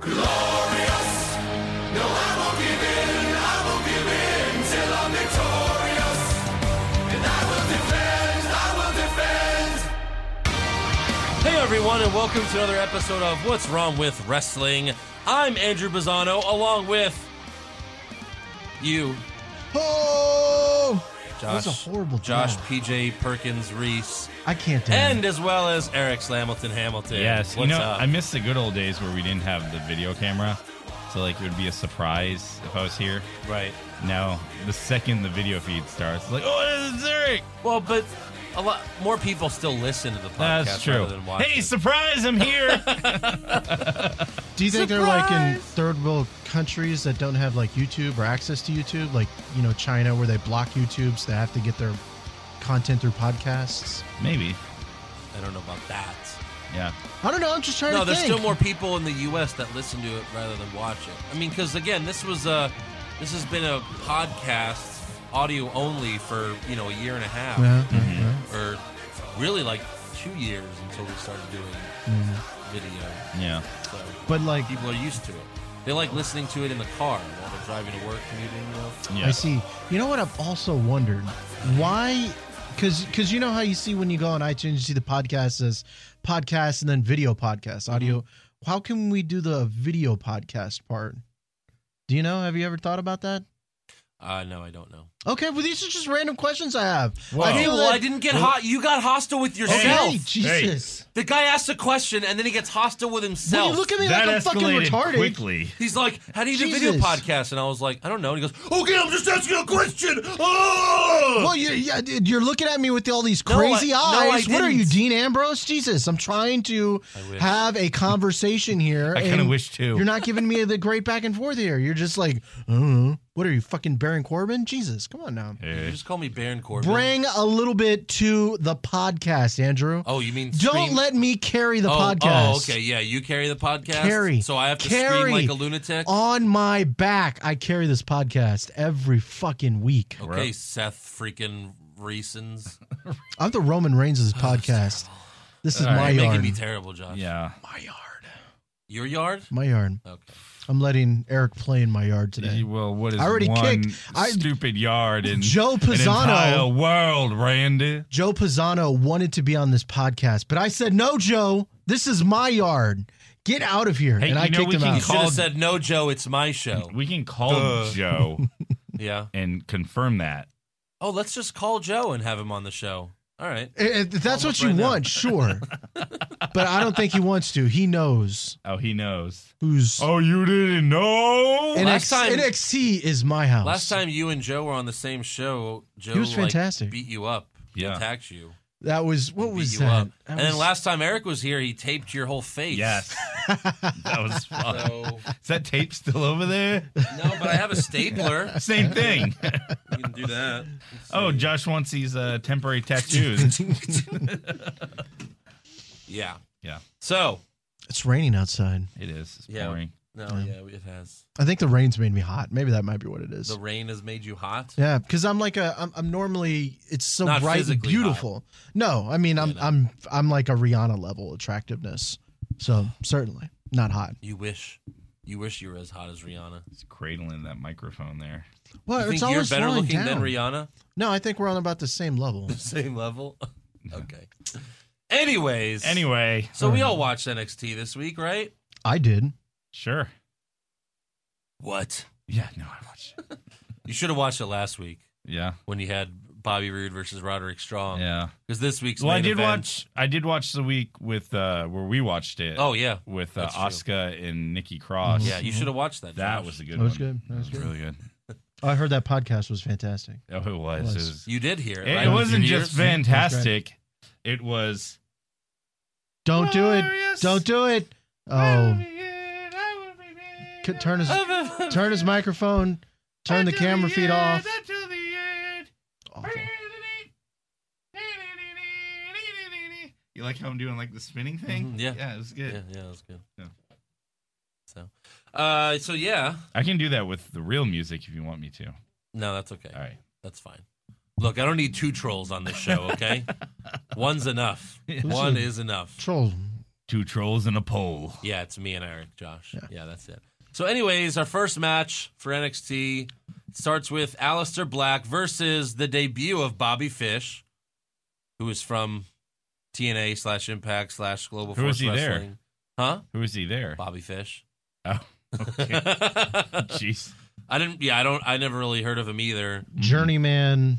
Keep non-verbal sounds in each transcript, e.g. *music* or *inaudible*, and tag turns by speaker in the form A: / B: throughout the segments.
A: glorious. No, I won't give in. I won't give in till I'm victorious. And I will defend. I will defend.
B: Hey everyone, and welcome to another episode of What's Wrong with Wrestling. I'm Andrew Bizzano, along with you,
C: Oh!
B: Josh.
C: That was a horrible
B: Josh
C: draw.
B: PJ Perkins Reese,
C: I can't do
B: and
C: it.
B: as well as Eric Slamilton Hamilton.
D: Yes,
B: What's
D: you know,
B: up?
D: I miss the good old days where we didn't have the video camera. So, like, it would be a surprise if I was here.
B: right.
D: Now, the second the video feed starts, it's like, oh, it's Eric.
B: Well, but a lot more people still listen to the podcast
D: That's true.
B: rather than watch.
D: Hey,
B: it.
D: surprise, I'm
C: *laughs*
D: here.
C: Do you think they're like in
B: Surprise!
C: third world countries that don't have like YouTube or access to YouTube, like you know China, where they block YouTube, so they have to get their content through podcasts?
D: Maybe.
B: I don't know about that.
D: Yeah.
C: I don't know. I'm just trying
B: No,
C: to
B: there's
C: think.
B: still more people in the U.S. that listen to it rather than watch it. I mean, because again, this was a, this has been a podcast audio only for you know a year and a half,
C: Yeah, yeah, yeah.
B: or really like two years until we started doing Mm-hmm. video.
D: Yeah.
B: So
C: But like,
B: people are used to it. They like listening to it in the car while they're driving to work, commuting. You know?
D: Yeah.
C: I see. You know what? I've also wondered why, because because you know how you see when you go on iTunes, you see the podcast as podcast and then video
B: Mm-hmm.
C: podcast, audio. How can we do the video podcast part? Do you know? Have you ever thought about that?
B: Uh, no, I don't know.
C: Okay, well these are just random questions I have. I
B: Okay,
C: feel
B: well,
C: that-
B: I didn't get hot. You got hostile with yourself.
C: Okay, Jesus.
B: The guy asks a question and then he gets hostile with himself.
C: Well, you look at me
D: that
C: like I'm fucking
D: escalated
C: retarded.
D: quickly.
B: He's like, "How do you do video
C: Jesus.
B: podcast?" And I was like, "I don't know." And he goes, "Okay, I'm just asking a question." Oh!
C: Well, you're, yeah, dude, you're looking at me with all these
B: No, I-
C: crazy
B: no, I
C: eyes. what are
B: didn't.
C: you, Dean Ambrose? Jesus, I'm trying to
B: wish.
C: have a conversation here.
D: I kinda
C: and
D: wish too.
C: You're not giving me the great back and forth here. You're just like, I don't know. What are you, fucking Baron Corbin? Jesus, come on now.
B: You just call me Baron Corbin.
C: Bring a little bit to the podcast, Andrew.
B: oh, you mean
C: Don't
B: scream-
C: let me carry the
B: oh,
C: podcast.
B: Oh, okay, yeah, you carry the podcast.
C: Carry.
B: So I have to
C: Carry.
B: scream like a lunatic.
C: On my back, I carry this podcast every fucking week.
B: okay, Seth freaking Reasons.
C: I'm the Roman Reigns of this podcast. This is
D: All
C: my
D: right,
B: Oh, You're making
C: yard.
B: me terrible, Josh.
D: Yeah.
C: my yard.
B: Your yard.
C: My yard.
B: Okay.
C: I'm letting Eric play in my yard today.
D: Well, what is
C: I already
D: one
C: kicked. I-
D: stupid yard in
C: Joe Pisano-
D: An entire world, Randy.
C: Joe Pisano wanted to be on this podcast, but I said, no, Joe, this is my yard. Get out of here.
D: Hey,
C: and I
D: you know
C: kicked
D: we
C: him
D: can
B: You
C: out.
B: should have
D: Called-
B: said no, Joe. It's my show.
D: We can call
C: *laughs*
D: Joe
B: Yeah.
D: and confirm that.
B: Oh, let's just call Joe and have him on the show. All right.
C: Eh, eh, if that's
B: Call him
C: what
B: up
C: you
B: right now. *laughs*
C: want, sure. but I don't think he wants to. He knows
D: Oh, he knows.
C: who's.
D: Oh, you didn't know?
B: And- last
C: NX-
B: time-
C: NXT is my house.
B: Last time you and Joe were on the same show, Joe
C: Oh, was
B: like,
C: fantastic.
B: beat you up. He
D: Yeah.
B: attacked you.
C: That was, what
B: beat
C: was
B: you
C: that?
B: up.
C: That
B: and then
C: was-
B: last time Eric was here, he taped your whole face.
C: *laughs*
D: yes. that was fun.
B: So
D: Is that tape still over there?
B: no, but I have a stapler.
D: Same *laughs* thing.
B: *laughs* You can do that.
D: Oh, Josh wants these uh, temporary
C: *laughs*
D: tattoos.
B: Yeah.
D: yeah,
B: So
C: It's raining outside.
D: it is. It's
B: Yeah.
D: boring.
B: no, yeah, it has.
C: I think the rain's made me hot. Maybe that might be what it is.
B: The rain has made you hot.
C: Yeah, because I'm like a I'm, I'm normally it's so
B: Not
C: bright and
B: physically
C: beautiful. No, I mean I'm
B: no.
C: I'm I'm like a Rihanna level attractiveness. So certainly not hot.
B: You wish. You wish you were as hot as Rihanna.
D: It's cradling that microphone there.
C: Well,
B: you think
C: it's
B: you're
C: always
B: better
C: falling
B: looking than
C: down.
B: Rihanna?
C: No, I think we're on about the same level.
B: Same level. *laughs* okay. Anyways.
D: Anyway,
B: So we all watched NXT this week, right?
C: I did.
D: sure.
B: What?
D: Yeah, no, I watched it.
B: You should have watched it last week
D: Yeah,
B: when you had Bobby Roode versus Roderick Strong.
D: yeah.
B: Because this week's
D: Well, I
B: main
D: did
B: event-
D: watch. I did watch the week with uh where we watched it.
B: Oh yeah.
D: with uh,
B: that's true. Mm-hmm.
D: Oscar and Nikki Cross.
B: Yeah, you should have watched that.
D: Mhm. that
B: Josh.
D: was a good.
C: That
D: one.
C: was good. That was good.
D: Really good.
C: Oh, I heard that podcast was fantastic.
D: Oh, it was. It
C: Was.
D: was.
B: you did hear it.
D: It,
B: right?
D: it
B: With
D: wasn't
B: your
D: just
B: ears?
D: fantastic. It was.
C: Don't do it.
D: Glorious.
C: Don't do it. Oh,
D: C-
C: c- turn his
B: *laughs*
C: turn his microphone. Turn the camera feed off. Oh, Awful.
D: You like how I'm doing like the spinning thing?
B: Mhm, yeah.
D: yeah, it was good.
B: Yeah, yeah, that was good.
D: Yeah.
B: So, uh, so yeah,
D: I can do that with the real music if you want me to.
B: no, that's okay.
D: All right.
B: That's fine. Look, I
D: *laughs*
B: don't need two trolls on this show. Okay, one's enough.
D: Yeah.
B: One is enough.
C: Troll.
D: Two trolls and a pole.
B: Yeah, it's me and Eric, Josh. Yeah. that's it. So, anyways, our first match for NXT starts with Aleister Black versus the debut of Bobby Fish, who is from TNA slash Impact slash Global
D: Who
B: Force
D: is he there?
B: Wrestling. Huh?
D: Who is he there?
B: Bobby Fish. *laughs*
D: Oh, *laughs* okay. Jeez.
B: I didn't. Yeah, I don't. I never really heard of him either.
C: Mm-hmm. Journeyman.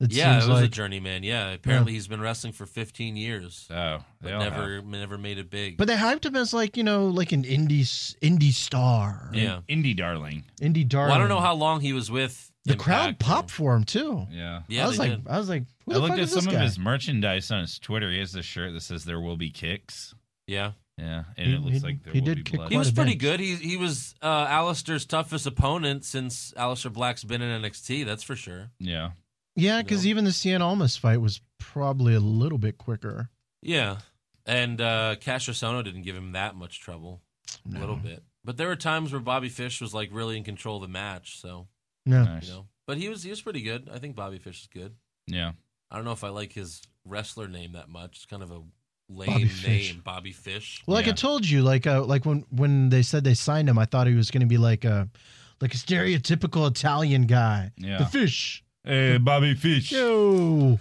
C: It
B: yeah,
C: seems
B: it was a
C: like
B: journeyman. Yeah, apparently he's been wrestling for 15 years,
D: Oh, they
B: but
D: all
B: never,
D: have.
B: never made it big.
C: But they hyped him as like you know, like an indie s- indie star,
B: yeah,
D: Indie darling.
C: indie darling.
B: well, I don't know how long he was with
C: the
B: Impact,
C: crowd
B: though.
C: popped for him too.
D: Yeah.
B: Yeah,
C: I was
B: they
C: like,
B: did.
C: I was like, who
D: I
C: the
D: looked
C: fuck
D: at
C: is this
D: some of
C: guy?
D: his merchandise on his Twitter. He has this shirt that says "There will be kicks."
B: yeah,
D: Yeah, and
C: He-
D: it looks
C: he-
D: like there
C: he
D: will
C: did
D: be
C: kick
D: blood.
B: he
C: Quite
B: was
C: a
B: pretty
C: bit.
B: good. He he was uh, Alistair's toughest opponent since Alistair Black's been in NXT. That's for sure.
D: Yeah.
C: Yeah, because
B: No.
C: even the Cien Almas fight was probably a little bit quicker.
B: Yeah, and uh, Cash Sono didn't give him that much trouble. A little
C: No.
B: bit, but there were times where Bobby Fish was like really in control of the match. So
C: No.
D: Nice.
B: you know, but he was he was pretty good. I think Bobby Fish is good.
D: Yeah.
B: I don't know if I like his wrestler name that much. It's kind of a lame
C: Bobby Fish.
B: name, Bobby Fish.
C: Well, like
D: Yeah.
C: I told you, like uh, like when when they said they signed him, I thought he was going to be like a like a stereotypical Italian guy, the
D: Yeah.
C: fish.
D: Hey, Bobby Fish.
C: Yo,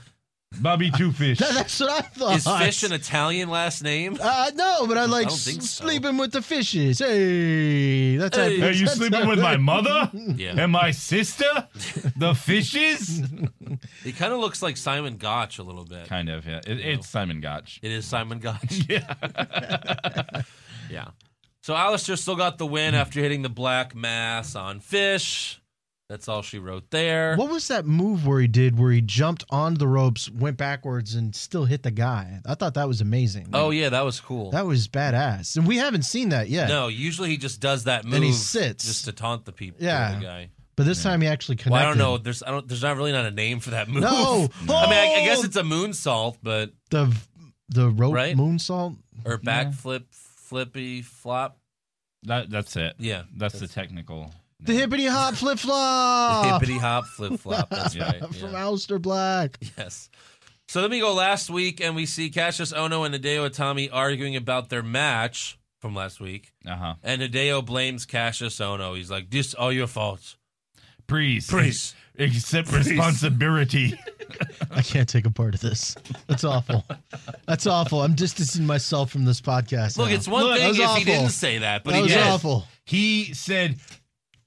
D: Bobby Two
C: *laughs*
D: Fish.
C: That- that's what I thought.
B: Is Fish an Italian last
C: *laughs*
B: name?
C: Uh, no, but I like
B: don't think
C: s-
B: so.
C: sleeping with the fishes. Hey, that's
B: Hey.
D: Are you sleeping with my
C: *laughs*
D: mother
B: Yeah.
D: and my sister? The fishes?
C: *laughs*
B: He kind of looks like Simon Gotch a little bit.
D: kind of, yeah. It,
B: No.
D: it's Simon Gotch.
B: It is Simon Gotch.
D: *laughs* Yeah.
B: yeah. So Alistair still got the win after hitting the black mass on Fish. That's all she wrote there.
C: What was that move where he did where he jumped on the ropes, went backwards, and still hit the guy? I thought that was amazing.
B: Oh yeah, that was cool.
C: that was badass, and we haven't seen that yet.
B: no, usually he just does that move.
C: And he sits.
B: just to taunt the people.
C: Yeah.
B: the guy.
C: but this time he actually connected.
B: Well, I don't know. There's I don't. There's not really not a name for that move.
C: No,
B: *laughs*
C: Oh.
B: I mean, I, I guess it's a moonsault, but
C: the the rope
B: Right?
C: moonsault.
B: or backflip, flippy flop.
D: That, that's it.
B: Yeah,
D: That's, the technical.
C: The
D: name.
C: hippity hop flip
B: *laughs* The
C: flop
B: hippity hop flip flop.
C: *laughs*
B: That's
D: Yeah.
B: right.
C: Oh. from
B: yeah.
C: Alistair Black.
B: Yes. So then we go last week and we see Cassius Ono and Hideo Itami arguing about their match from last week.
D: Uh-huh.
B: And Hideo blames Cassius Ono. He's like, This all your fault.
D: Priest.
B: Priest.
D: Accept
B: Priest.
C: *laughs*
D: responsibility.
C: I can't take a part of this. That's awful. That's awful. I'm distancing myself from this
B: *laughs*
C: podcast.
B: Look,
C: now.
B: it's one
D: Look,
B: thing
C: that was
B: if he
C: awful.
B: didn't say that, but
C: that
B: he
C: was
B: did.
C: awful.
D: he said,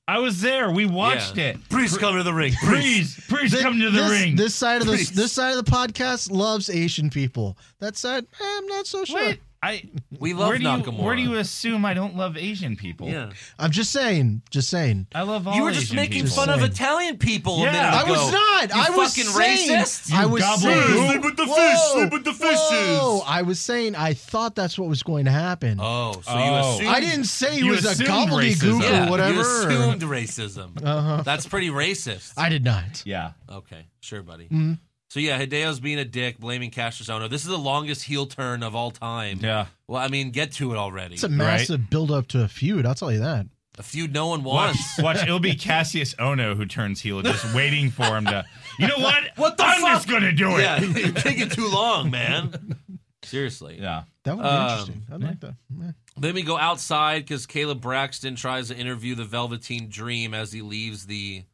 D: I was there. We watched
B: Yeah.
D: it.
B: Priest, come to the ring. Priest.
D: Priest. Priest,
C: Thi-
D: come to the
C: this,
D: ring.
C: This side of the
B: Please.
C: this side of the podcast loves Asian people. That side, eh, I'm not so sure.
D: What? I
B: We love
D: where do you,
B: Nakamura.
D: Where do you assume I don't love Asian people?
B: Yeah.
C: I'm just saying. Just saying.
D: I love all
B: You were just
D: Asian
B: making
D: people.
B: fun
C: Just
B: of
C: saying.
B: Italian people
D: Yeah.
B: a minute
D: I
B: ago.
C: was not.
B: You
C: I was
B: fucking
C: saying-
B: racist.
C: I
D: You
C: was
D: gobbler.
C: saying.
D: Sleep
B: with the fish,
C: Whoa,
B: sleep with the fishes.
C: whoa, I was saying. I thought that's what was going to happen.
B: Oh, so
D: Oh.
B: you assumed
C: I didn't say he
D: You
C: was a
D: assumed
C: gobbledygook
D: racism.
B: yeah,
C: or whatever.
B: You assumed racism.
C: Uh-huh.
B: That's pretty racist.
C: I did not.
D: Yeah.
B: okay, sure, buddy.
C: Mm-hmm.
B: So yeah, Hideo's being a dick, blaming Cassius Ohno. This is the longest heel turn of all time.
D: Yeah.
B: Well, I mean, get to it already.
C: It's a
B: A,
C: massive build up to a feud. I'll tell you that.
B: feud no one
D: Watch,
B: wants.
D: watch. It'll be Cassius Ono who turns heel, just waiting for him to. You know what?
B: What the
D: I'm
B: fuck?
D: just gonna do it.
B: Yeah, *laughs* you're taking too
D: *laughs*
B: long, man. Seriously.
D: Yeah.
C: That would be
B: Um,
C: interesting. I'd like that. Yeah.
D: Mm-hmm.
B: Then we go outside because Caleb Braxton tries to interview the Velveteen Dream as he leaves the,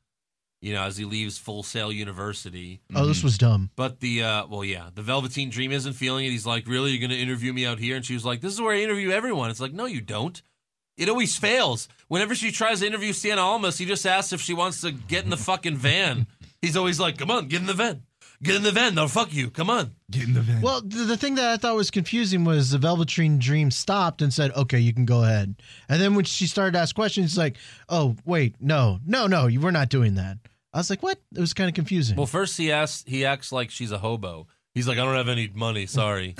B: you know, as he leaves Full Sail University.
C: Oh, this was dumb.
B: But the uh, well, yeah, the Velveteen Dream isn't feeling it. He's like, "Really, you're gonna interview me out here?" And she was like, "This is where I interview everyone." It's like, "No, you don't." It always fails. Whenever she tries to interview Sienna Almas, he just asks if she wants to get in the fucking *laughs* van. He's always like, "Come on, get in the van, get in the van. They'll fuck you. Come on."
D: Get in the van.
C: Well, the, the thing that I thought was confusing was the Velveteen Dream stopped and said, "Okay, you can go ahead." And then when she started to ask questions, it's like, "Oh, wait, no, no, no, you- we're not doing that." I was like, "What?" It was kind of confusing.
B: Well, first he asks, he acts like she's a hobo. He's like, "I don't have any money. *laughs* Sorry."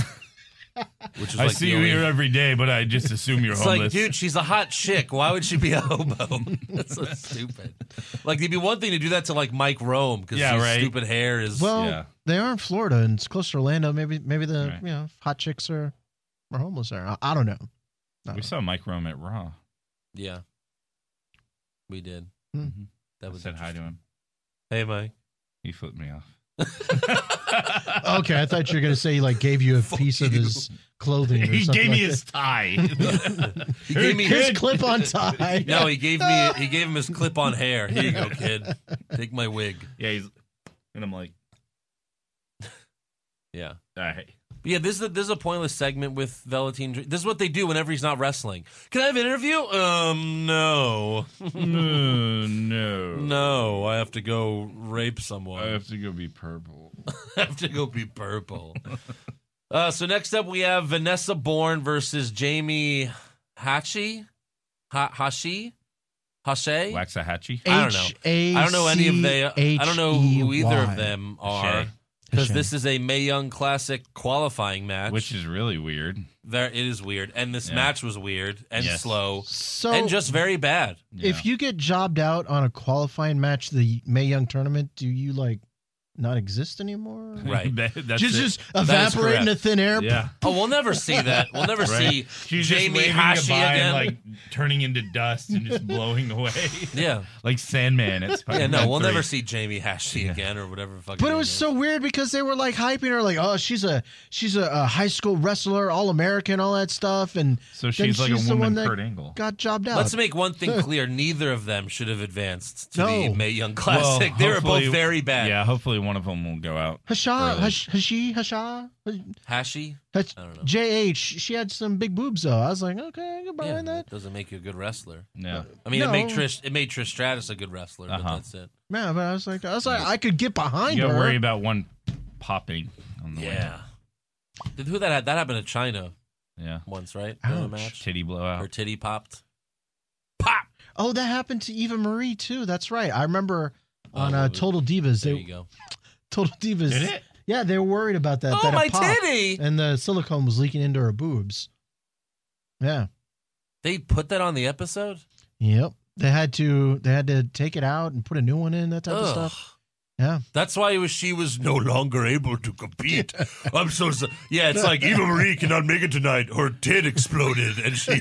B: Which is
D: I
B: like
D: see
B: the
D: you
B: only-
D: here every day, but I just assume you're
B: It's
D: homeless.
B: like, dude, she's a hot chick. Why would she be a hobo? *laughs* That's so stupid. Like, it'd be one thing to do that to like Mike Rome because
D: Yeah,
B: his
D: right.
B: stupid hair is.
C: Well,
D: yeah.
C: they are in Florida and it's close to Orlando. Maybe, maybe the
D: Right.
C: you know hot chicks are are homeless there. I, I don't know.
B: oh.
C: Oh.
D: we
C: *laughs*
D: saw Mike Rome at Raw.
B: yeah, we did.
D: Mhm.
B: Mm-hmm. That
D: I
B: was
D: said hi to him.
B: Hey, Mike.
D: He flipped me off.
C: Okay, I thought you were gonna say he like gave you
D: *laughs*
C: a
B: Fuck
C: piece of
B: you.
C: his clothing. Or
D: He
C: something
D: gave me
C: like
D: his tie. *laughs*
B: He gave me
C: that. his clip-on tie.
B: No, he gave me he gave him his clip on hair. Here you go, kid. Take my wig.
D: yeah, he's, and I'm like,
B: Yeah.
D: all right.
B: But yeah, this is a, this is a pointless segment with Velveteen. Dream. This is what they do whenever he's not wrestling. Can I have an interview? Um, no,
D: *laughs*
B: *laughs*
D: No, no,
B: no. I have to go rape someone.
D: I have to go be purple.
B: *laughs* have to go be purple. *laughs* uh, so next up, we have Vanessa Bourne versus Jamie Hachi, ha- Hashi, Hashay.
D: Waxahachie.
B: I don't know. I don't know any of they. I don't know
C: E
B: who either of
C: H-A-C-H-E-Y.
B: them are
D: Hashay.
B: because
C: Hashay.
B: this is a May Young Classic qualifying match.
D: Which is really weird.
B: there, it is weird, and this
D: Yeah.
B: match was weird and
D: Yes.
B: slow
C: So
B: and just very bad.
C: if you get jobbed out on a qualifying match, the May Young tournament, do you like not exist anymore?
B: *laughs* Right.
D: That- that's
C: just
D: it.
B: is
C: just evaporate into
B: correct.
C: thin air.
D: yeah.
B: Oh, we'll never see that. We'll never
D: *laughs*
B: see
D: Right. She's
B: Jamie
D: just waving
B: Hashi
D: goodbye
B: again.
D: and like turning into dust and just blowing away.
B: yeah,
D: *laughs* like Sandman at Spider-Man.
B: yeah. No, we'll
D: 3.
B: never see Jamie Hashi again or whatever. Fucking
C: But it
B: name
C: was
B: is.
C: so weird because they were like hyping her, like, "Oh, she's a she's a, a high school wrestler, all American, all that stuff." And
D: So
C: then
D: she's like a
C: she's the
D: woman
C: one that
D: Kurt Angle.
C: got jobbed out.
B: Let's make one
C: *laughs*
B: thing clear: neither of them should have advanced to
C: No.
B: the May Young Classic.
D: Well,
B: they were both
D: hopefully-
B: very bad.
D: Yeah, hopefully one of them will go out.
C: Hasha,
D: Really?
C: Hash, Hashi, Hasha,
B: Hashi,
C: Hash,
B: I don't know.
C: JH. She had some big boobs though. I was like, okay, I can buy
B: yeah,
C: that.
B: that doesn't make you a good wrestler.
D: Yeah.
B: I mean, it made
C: No.
B: Trish it made Trish Stratus a good wrestler, but
D: Uh-huh.
B: that's it.
C: Yeah, but I was like, I was like, I could get
D: You
C: behind
D: gotta
C: her.
D: worry about one popping on the way.
B: Yeah. Did who that had? That happened to China
D: Yeah.
B: once, right? During a
C: Ouch.
B: match,
D: Titty
B: her
D: blowout.
B: titty popped. Pop.
C: oh, that happened to Eva Marie too. That's right. I remember
B: Oh,
C: on uh,
B: there
C: Total Divas.
B: There
C: They,
B: you go.
C: Total Divas.
D: Did it?
C: Yeah, they were worried about that.
B: Oh
C: that it
B: my
C: popped,
B: titty!
C: And the silicone was leaking into her boobs. Yeah.
B: They put that on the episode.
C: Yep. They had to they had to take it out and put a new one in that type of
B: Ugh.
C: stuff. Yeah.
B: That's why it was, she was no longer able to compete. I'm so sorry. Yeah, it's like Eva Marie cannot make it tonight. Her tit exploded, and she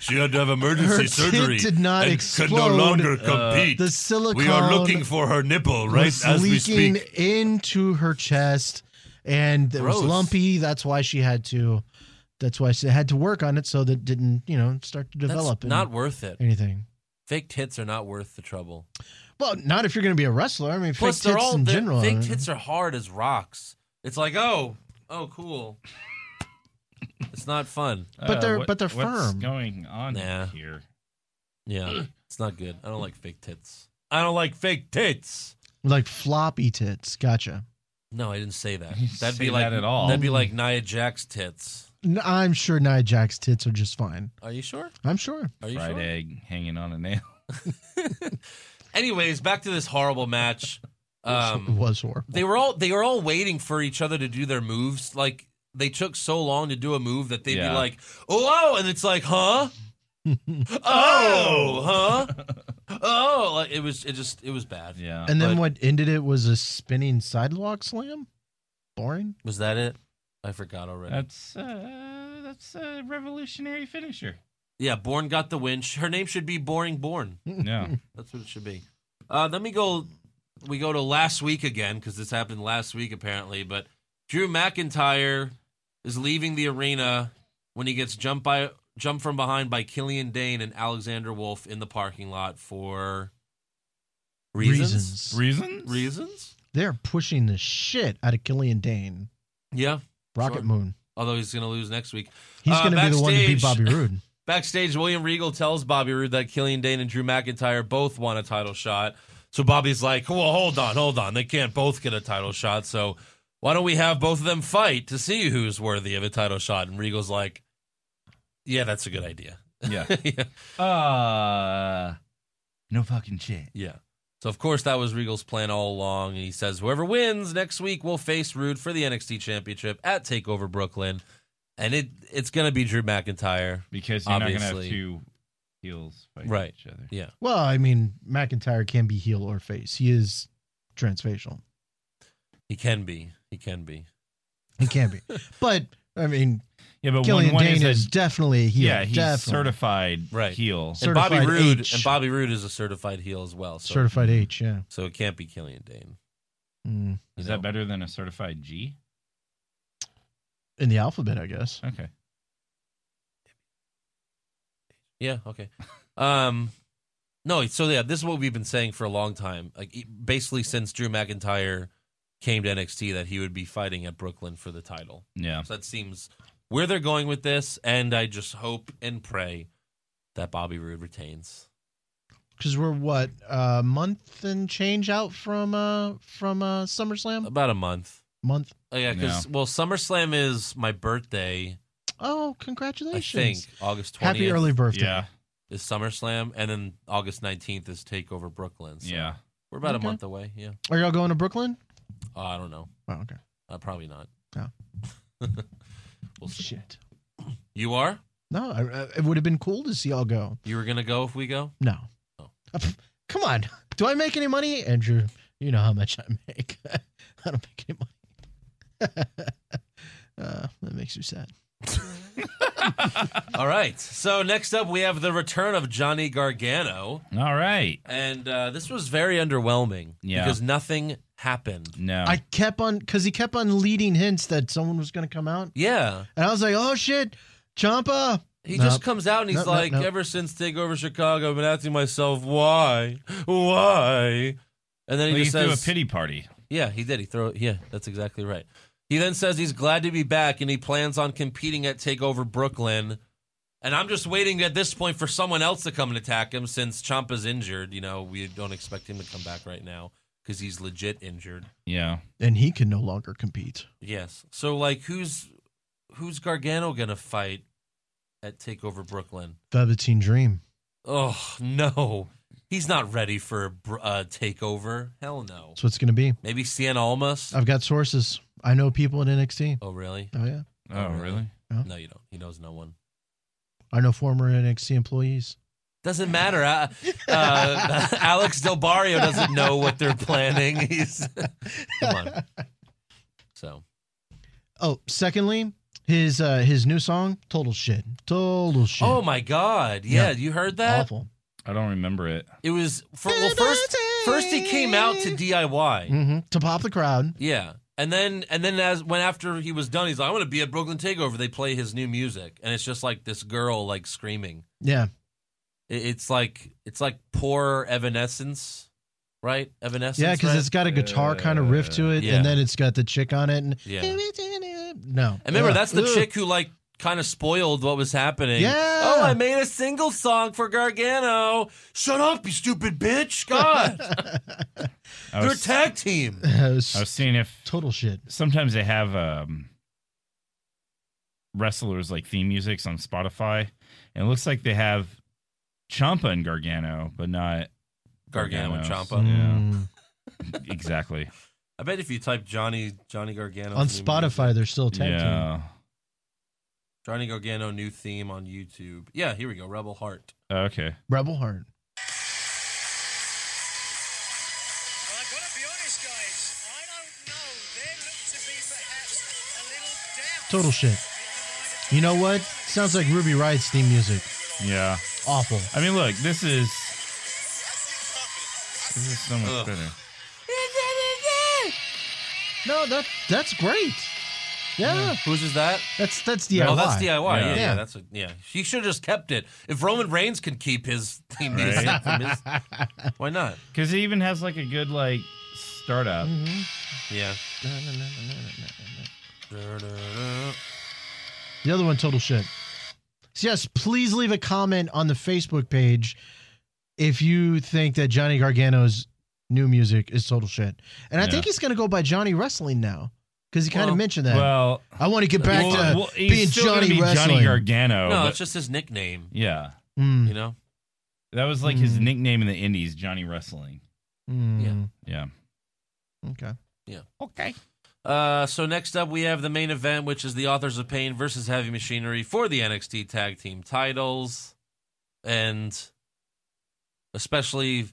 B: she had to have
C: Her
B: emergency
C: tit
B: surgery.
C: did not
B: and Could
C: explode.
B: no longer
C: Uh,
B: compete.
C: The silicone
B: we are looking for her nipple right
C: was
B: as we
C: leaking
B: speak.
C: into her chest, and it was
B: Gross.
C: lumpy. That's why she had to. That's why she had to work on it so that it didn't you know start to develop.
B: That's
C: and
B: not worth it.
C: anything.
B: Fake tits are not worth the trouble.
C: Well, not if you're going to be a wrestler. I mean,
B: Plus,
C: fake
B: they're
C: tits
B: all
C: in
B: they're-
C: general.
B: fake tits are hard as rocks. It's like oh, oh, cool. It's not fun.
C: But they're- but they're
D: Uh, What's
C: firm.
D: going on
B: Nah.
D: here? *clears throat*
B: Yeah, it's not good. I don't like fake tits. I don't like fake tits.
C: like floppy tits. Gotcha.
B: No, I didn't say
D: *laughs*
B: that.
D: You
B: That'd be
D: say
B: like
D: that at all.
B: That'd be like Nia Jax tits.
C: N- I'm sure Nia Jack's tits are just fine.
B: Are you sure?
C: I'm sure.
B: Are you
D: Fried
B: sure?
D: egg hanging on a nail. *laughs*
B: *laughs* Anyways, back to this horrible match.
D: *laughs*
C: it
B: Um,
C: *laughs* was horrible.
B: they were all they were all waiting for each other to do their moves. Like they took so long to do a move that they'd
D: Yeah.
B: be like, "Oh," and it's like,
D: *laughs*
B: "Huh? oh,
D: *laughs*
B: huh? Oh!" Like it was. It just. It was bad.
D: Yeah.
C: And then
B: but-
C: what ended it was a spinning sidewalk slam. Boring. *laughs*
B: Was that it? I forgot already.
D: that's uh, that's a revolutionary
C: *laughs*
D: finisher.
B: yeah, Born got the win. Sh- Her name should be Boring Born.
D: Yeah.
B: That's what it should be. Uh, then we go, we go to last week again because this happened last week apparently. But Drew McIntyre is leaving the arena when he gets jumped by jumped from behind by Killian Dane and Alexander Wolf in the parking lot for reasons.
C: Reasons.
D: Reasons?
B: Reasons?
C: They're pushing the shit out of Killian Dane.
B: Yeah.
C: Rocket
B: Sure.
C: Moon.
B: Although he's going to lose next week.
C: He's
B: Uh,
C: going to be the one to beat
B: backstage-
C: Bobby Roode.
B: *laughs* Backstage, William Regal tells Bobby Roode that Killian Dane and Drew McIntyre both want a title shot. So Bobby's like, well, hold on, hold on. They can't both get a title shot. So why don't we have both of them fight to see who's worthy of a title shot? And Regal's like, yeah, that's a good idea. *laughs*
D: Yeah.
B: yeah.
D: Uh, no fucking shit.
B: yeah. So, of course, that was Regal's plan all along. And he says, whoever wins next week will face Rude for the NXT Championship at TakeOver Brooklyn. And it it's going to be Drew McIntyre.
D: Because you're not gonna
B: Obviously.
D: have two heels fighting
B: Right.
D: each other.
B: Yeah.
C: Well, I mean, McIntyre can be heel or face. He is transfacial.
B: He can be. He can be.
C: He
B: *laughs*
C: can be. but I mean,
D: Yeah, but
C: Killian
D: when one
C: Dane is,
D: is, a-
C: definitely a heel.
D: yeah, he's
C: Definitely.
D: certified
B: Right.
D: heel.
B: And Bobby
C: Certified
B: Roode
C: H.
B: and Bobby Roode is a certified heel as well. So,
C: certified H. Yeah.
B: so it can't be Killian Dane.
C: Mm.
B: you
D: Is
B: know.
D: that better than a certified G?
C: in the alphabet, I guess.
D: Okay.
B: Yeah. Okay. Um, no. So yeah, this is what we've been saying for a long time. Like e- basically since Drew McIntyre came to NXT, that he would be fighting at Brooklyn for the title.
D: Yeah.
B: So that seems where they're going with this, and I just hope and pray that Bobby Roode retains.
C: Because we're what a month and change out from uh from uh SummerSlam
B: About a month.
C: month.
B: Oh, yeah, because well, SummerSlam is my birthday.
C: Oh,
B: I
C: congratulations!
B: think August twentieth.
C: Happy early birthday.
D: Yeah.
B: is SummerSlam, and then August nineteenth is Takeover Brooklyn. So
D: Yeah.
B: we're about
C: Okay.
B: a month away. Yeah,
C: Are y'all going to Brooklyn?
B: uh, I don't know.
C: Oh, okay.
B: Uh, probably not.
C: No.
B: *laughs* we'll see.
C: Shit.
B: You are.
C: No, I, I- it would have been cool to see y'all go.
B: You were gonna go if we go.
C: No.
B: Oh.
C: Uh, pff, *laughs* Come on. Do I make any money, Andrew? You know how much I make. *laughs* I don't make any money. *laughs* uh, that makes you sad.
B: All right. So next up, we have the return of Johnny Gargano,
D: All right.
B: and uh, this was very underwhelming
D: Yeah.
B: because nothing happened.
D: No.
C: I kept on because he kept on leading hints that someone was going to come out,
B: Yeah,
C: and I was like, "Oh shit, Champa!"
B: he
C: Nope.
B: just comes out and he's
C: Nope, nope,
B: like,
C: nope.
B: "Ever since Takeover Chicago, I've been asking myself why, why." And then he
D: Well, you
B: just
D: threw a
B: says,
D: pity party.
B: Yeah, he did. He throw. Yeah, that's exactly right. He then says he's glad to be back and he plans on competing at Takeover Brooklyn. And I'm just waiting at this point for someone else to come and attack him since Champa's injured. You know, we don't expect him to come back right now because he's legit injured.
D: Yeah.
C: And he can no longer compete.
B: Yes. So like, who's who's Gargano gonna fight at Takeover Brooklyn?
C: Velveteen Dream.
B: Oh no, he's not ready for a br- uh, Takeover. Hell no.
C: That's what it's going to be.
B: Maybe Cien Almas.
C: I've got sources. I know people in NXT.
B: Oh really?
C: Oh yeah,
D: Oh,
B: Oh,
D: really?
B: really? No, you don't. He knows no one.
C: I know former NXT employees.
B: Doesn't matter. Uh, uh, *laughs* Alex Del Barrio doesn't know what they're planning. He's *laughs* come on. So
C: *laughs* Oh, secondly, his uh, his new song, total shit, total shit.
B: oh my god, yeah,
C: Yeah.
B: you heard that?
C: awful.
D: I don't remember it.
B: It was for, well first. First he came out to DIY,
C: hmm to pop the crowd.
B: yeah, and then and then as when after he was done, he's like, I want to be at Brooklyn Takeover. They play his new music, and it's just like this girl like screaming.
C: Yeah,
B: It, it's like it's like poor Evanescence, right? Evanescence,
C: yeah, because
B: right?
C: it's got a guitar kind of riff to it,
B: Yeah.
C: and then it's got the chick on it, and
B: yeah.
C: no.
B: And remember,
C: Ugh.
B: that's the
C: Ugh. *laughs*
B: chick who like kind of spoiled what was happening.
C: Yeah.
B: Oh, I made a single song for Gargano. Shut up, you stupid bitch!
C: *laughs*
B: God,
D: I
B: they're a
D: was, I
B: tag team.
C: It was
D: was seeing if
C: total shit.
D: sometimes they have um, wrestlers like theme musics on Spotify, and it looks like they have Champa and Gargano, but not
B: Gargano and
D: Gargano's.
B: Ciampa.
C: Mm.
D: Yeah,
C: *laughs*
D: exactly.
B: I bet if you type Johnny Johnny Gargano
C: On
B: new music-
C: Spotify, they're still tag team.
D: yeah.
B: Johnny Gargano new theme on YouTube. Yeah, here we go. Rebel Heart.
D: Okay.
C: Rebel Heart.
E: Well, I've got to be honest, guys. I don't know. There look to be perhaps a little doubt.
C: Total shit. You know what? Sounds like Ruby Riot's theme music.
D: Yeah.
C: Awful.
D: I mean, look, this is this is so much
B: Ugh.
D: better.
C: No, that that's great. Yeah,
B: Whose is that?
C: that's that's DIY.
B: Oh, that's DIY. Yeah,
D: Yeah.
B: yeah,
C: Yeah.
B: that's a, yeah. He should have just kept it. If Roman Reigns can keep his theme music,
D: Right.
B: from his,
C: *laughs*
B: why not?
D: Because it even has like a good like startup.
C: Mm-hmm.
B: Yeah.
C: The other one, total shit. So yes, please leave a comment on the Facebook page if you think that Johnny Gargano's new music is total shit. And I
D: Yeah.
C: think he's going to go by Johnny Wrestling now because he kind
B: Well-
C: of mentioned that.
D: Well,
C: I want to get back
D: well,
C: to
D: well, he's
C: being
D: still gonna
C: Johnny
D: be
C: Wrestling.
D: Johnny Gargano.
B: No,
D: but-
B: it's just his nickname.
D: yeah,
C: Mm,
B: You know.
D: that was like his
B: Hmm.
C: Mm.
D: nickname in the Indies, Johnny Wrestling.
C: mm,
D: Yeah.
C: Okay.
D: Okay.
B: Uh, so next up, we have the main event, which is the Authors of Pain versus Heavy Machinery for the NXT Tag Team titles, and especially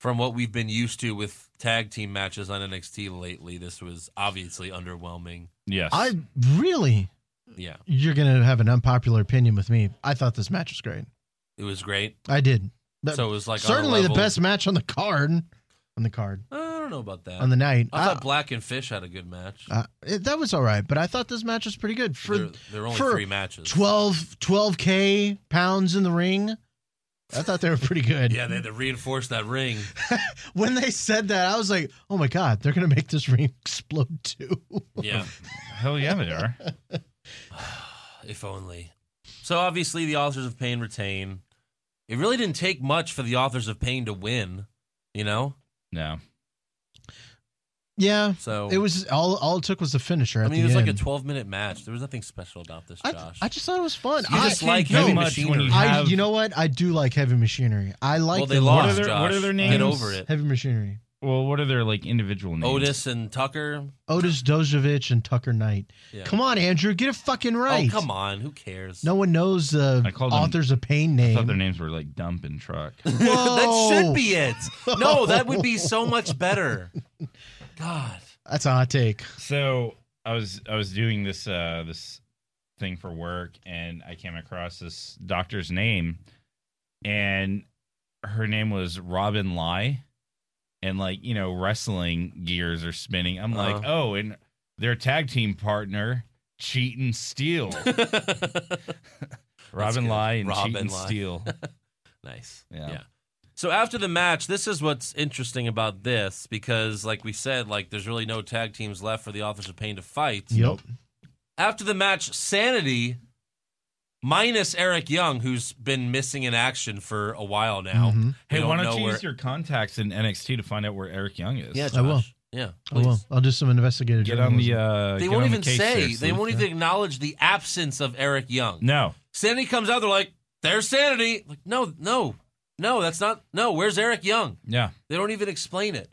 B: from what we've been used to with tag team matches on NXT lately, this was obviously underwhelming.
D: Yes.
C: I really,
B: Yeah,
C: you're going to have an unpopular opinion with me. I thought this match was great.
B: it was great.
C: I did. But
B: So it was like on a
C: certainly the
B: level-
C: best match on the card. On the card.
B: I don't don't know about that.
C: on the night.
B: I
C: I-
B: thought Black and Fish had a good match.
C: Uh, it, that was all right, but I thought this match was pretty good for
B: there, there were only
C: for
B: three matches.
C: 12 k pounds in the ring. I thought they were pretty good.
B: yeah, they had to reinforce that
C: *laughs*
B: ring.
C: When they said that, I was like, "Oh my god, they're gonna make this *laughs* ring explode too."
B: Yeah,
D: *laughs* Hell yeah, they are.
B: *sighs* if only. So obviously, the authors of pain retain. It really didn't take much for the authors of pain to win, you know.
D: No.
C: yeah,
B: So
C: it was all. All it took was the finisher.
B: I
C: at
B: mean, it
C: the
B: was like a
C: end.
B: twelve-minute match. There was nothing special about this,
C: I-
B: Josh.
C: I just thought it was fun.
B: you
C: I,
B: just like
D: no,
B: heavy
D: much when
B: machinery.
D: you
C: I-
D: have-
C: you know what? I do like heavy machinery. I like.
B: well, they
C: them.
B: lost.
D: What are their-
B: Josh.
D: what are their
B: Get
D: names?
B: over it.
C: Heavy machinery.
D: Well, what are their like individual names?
B: Otis and Tucker.
C: Otis Dozovich and Tucker Knight.
B: Yeah.
C: Come on, Andrew, get it fucking right.
B: Oh, come on. Who cares?
C: No one knows the
D: I called them-
C: authors of pain name.
D: I thought their names were like Dump and
B: *laughs*
D: Truck.
B: *laughs* that should
C: Whoa.
B: be it. No, that would be so much better. God.
C: *laughs*
B: *laughs*
C: That's a hot take.
D: so I was I was doing this uh this thing for work and I came across this doctor's name and her name was Robin Lai and like you know wrestling gears are spinning I'm like
B: Uh-huh.
D: oh and their tag team partner Cheat and Steal Robin
B: good.
D: Lai and
B: Robin
D: Cheat and
B: Lai. *laughs*
D: Steal
B: nice.
D: Yeah.
B: So after the match, this is what's interesting about this because, like we said, like there's really no tag teams left for the Authors of Pain to fight.
C: Yep. Mm-hmm.
B: After the match, Sanity minus Eric Young, who's been missing in action for a while now.
C: Mhm.
B: We
D: Mm-hmm. Hey, why
B: know
D: don't you
B: where-
D: use your contacts in NXT to find out where Eric Young is?
B: Yeah,
C: I will.
B: Josh. Yeah,
C: I will.
B: please.
C: I'll do some investigative.
D: Get on the.
C: journalism.
D: Uh,
B: They
D: get
B: won't
D: on the
B: even
D: case
B: say.
D: there,
B: they
D: sleuth.
B: won't even acknowledge the absence of Eric Young.
D: *laughs* No,
B: Sanity comes out. They're like, "There's Sanity." Like, no, no, no. That's not. No, where's Eric Young?
D: yeah.
B: They don't even explain it.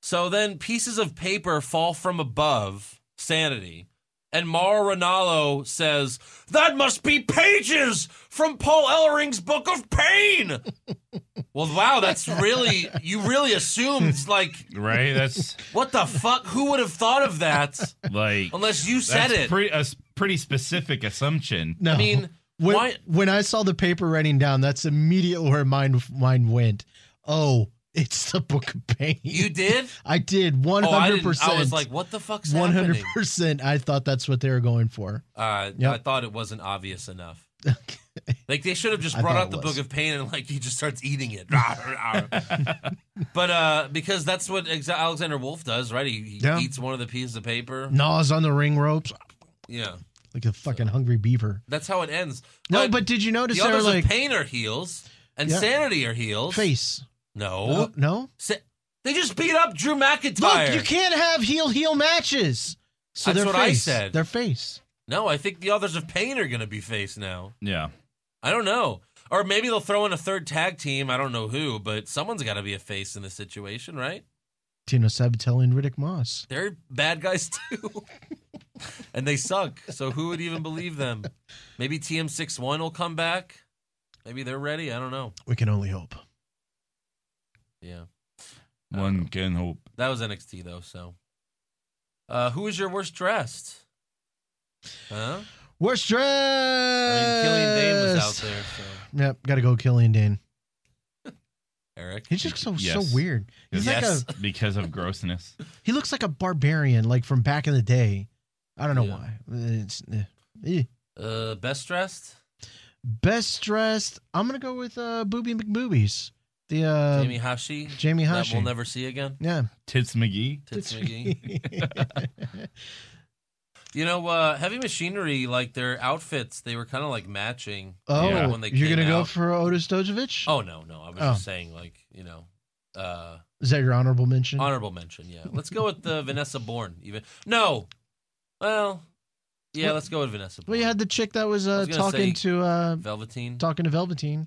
B: So then pieces of paper fall from above Sanity, and Mara Ronaldo says, That must be pages from Paul Ellering's Book of
C: *laughs*
B: Pain. well, wow, that's really, you really assumed, like,
D: Right? *laughs* That's
B: what the fuck? Who would have thought of that
D: like.
B: unless you said
D: that's
B: it?
D: Pretty, a s- pretty specific assumption.
C: No.
B: I mean,
C: *laughs* when,
B: why-
C: when I saw the paper writing down, that's immediately where mine mine went. Oh, it's the book of pain.
B: you
C: *laughs*
B: did?
C: I did one
B: Oh, I,
C: hundred
B: didn't,
C: percent.
B: I was like, what the fuck's
C: one hundred
B: happening?
C: percent. I thought that's what they were going for.
B: Uh,
C: Yep.
B: I thought it wasn't obvious enough.
C: *laughs* Okay.
B: Like they should have just
C: I
B: brought
C: thought
B: out
C: it
B: the
C: was.
B: Book of Pain and like he just starts eating it.
C: *laughs*
B: but uh because that's what ex- Alexander Wolf does, right? He, he
C: Yeah. Mm.
B: eats one of the pieces of paper.
C: Gnaws on the ring ropes
B: Yeah.
C: like a fucking hungry beaver.
B: That's how it ends.
C: No, but did you notice
B: the
C: they were
B: others
C: like
B: of pain are heels and
C: Yeah.
B: sanity are heels.
C: face?
B: No.
C: No, no.
B: Sa- they just beat up Drew McIntyre.
C: Look, you can't have heel heel matches. So
B: That's
C: their
B: what I
C: face,
B: said.
C: Their face.
B: no, I think the others of pain are gonna be face now.
D: Yeah.
B: I don't know. Or maybe they'll throw in a third tag team. I don't know who, but someone's got to be a face in this situation, right?
C: Tino Sabatelli and Riddick Moss.
B: they're bad guys *laughs* too. and they suck. So who would even believe them? Maybe TM61 will come back. Maybe they're ready. I don't know.
C: We can only hope.
B: Yeah.
D: One can hope.
B: That was NXT though, so. Uh who is your worst dressed? Huh?
C: Worst dress.
B: I mean, Killian Dane was out there, so
C: Yep, gotta go, Killian Dane.
B: Eric.
C: He's just so
D: Yes.
C: so weird. He's
B: Yes.
C: like
D: Because of
B: *laughs*
D: grossness.
C: a he looks like a barbarian, like from back in the day. I don't know
B: Yeah.
C: why. It's eh. Eh.
B: Uh best dressed?
C: best dressed. I'm gonna go with uh, Booby McBoobies. The uh,
B: Jamie Hashi.
C: Jamie
B: That
C: Hashi.
B: we'll never see again.
C: yeah,
D: Tits McGee.
B: *laughs* Tits
C: *laughs*
B: McGee. You know, uh Heavy Machinery, like their outfits, they were kind of like matching.
C: oh,
D: Yeah.
B: When they
C: you're
B: came
C: gonna go
B: out.
C: for Otis Dojovich?
B: Oh no, no. I was
C: Oh.
B: just saying like, you know, uh
C: Is that your honorable mention?
B: Honorable mention, yeah. Let's go with the Vanessa Bourne. Even no, well, yeah.
C: Well-
B: let's go with Vanessa. Bourne.
C: well, you had the chick that was, uh,
B: was gonna
C: talking
B: say-
C: to uh,
B: Velveteen.
C: talking to Velveteen,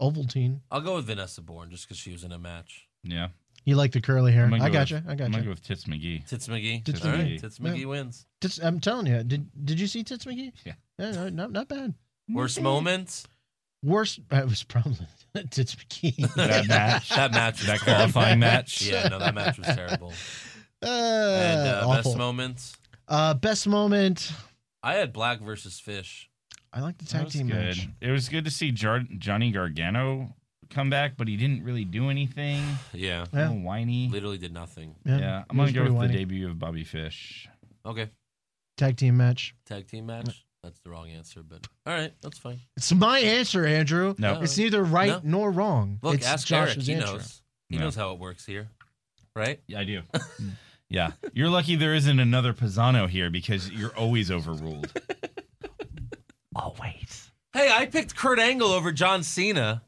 C: Ovaltine.
B: I'll go with Vanessa Bourne just because she was in a match.
D: Yeah.
C: You like the curly hair?
D: I'm gonna
C: I
D: go
C: gotcha.
D: with-
C: I
D: I'm
C: gotcha.
D: going to go with Tits McGee.
B: Tits McGee.
C: Tits
B: All right,
D: McGee.
B: Tits
C: Yeah. Mm-hmm.
B: McGee wins.
C: Tits, I'm telling you, did did you see Tits McGee?
D: Yeah.
C: yeah no, not not bad.
B: Worst moment.
C: Worst, *laughs* uh, it was probably Tits McGee.
D: *laughs* That match.
B: That match.
D: *laughs*
B: Was
D: That
B: terrible.
D: qualifying match.
B: Yeah, no, that match was
C: *laughs*
B: terrible.
C: *laughs* Uh,
B: and uh,
C: awful.
B: best moment.
C: uh, best moment.
B: I had Black versus Fish.
C: I like the
D: That
C: tag
D: was
C: team
D: good.
C: match.
D: It was good to see Jar- Johnny Gargano comeback, but he didn't really do anything.
B: Yeah.
D: A
C: Yeah.
D: little whiny.
B: Literally did nothing.
C: Yeah,
D: yeah, I'm
C: he
D: gonna
C: was
D: go
C: pretty
D: with
C: whiny.
D: the debut of Bobby Fish.
B: Okay.
C: tag team match.
B: Tag team
C: Mm.
B: match. That's the wrong answer, but all right, that's fine.
C: It's my answer, Andrew.
D: No,
C: It's neither right
B: No.
C: nor wrong.
B: Look,
C: it's
B: ask Eric. He knows. He
D: No.
B: knows how it works here, right?
D: yeah, I do. *laughs* yeah, you're lucky there isn't another Pisano here because you're always overruled. always.
B: Hey, I picked Kurt Angle over John Cena.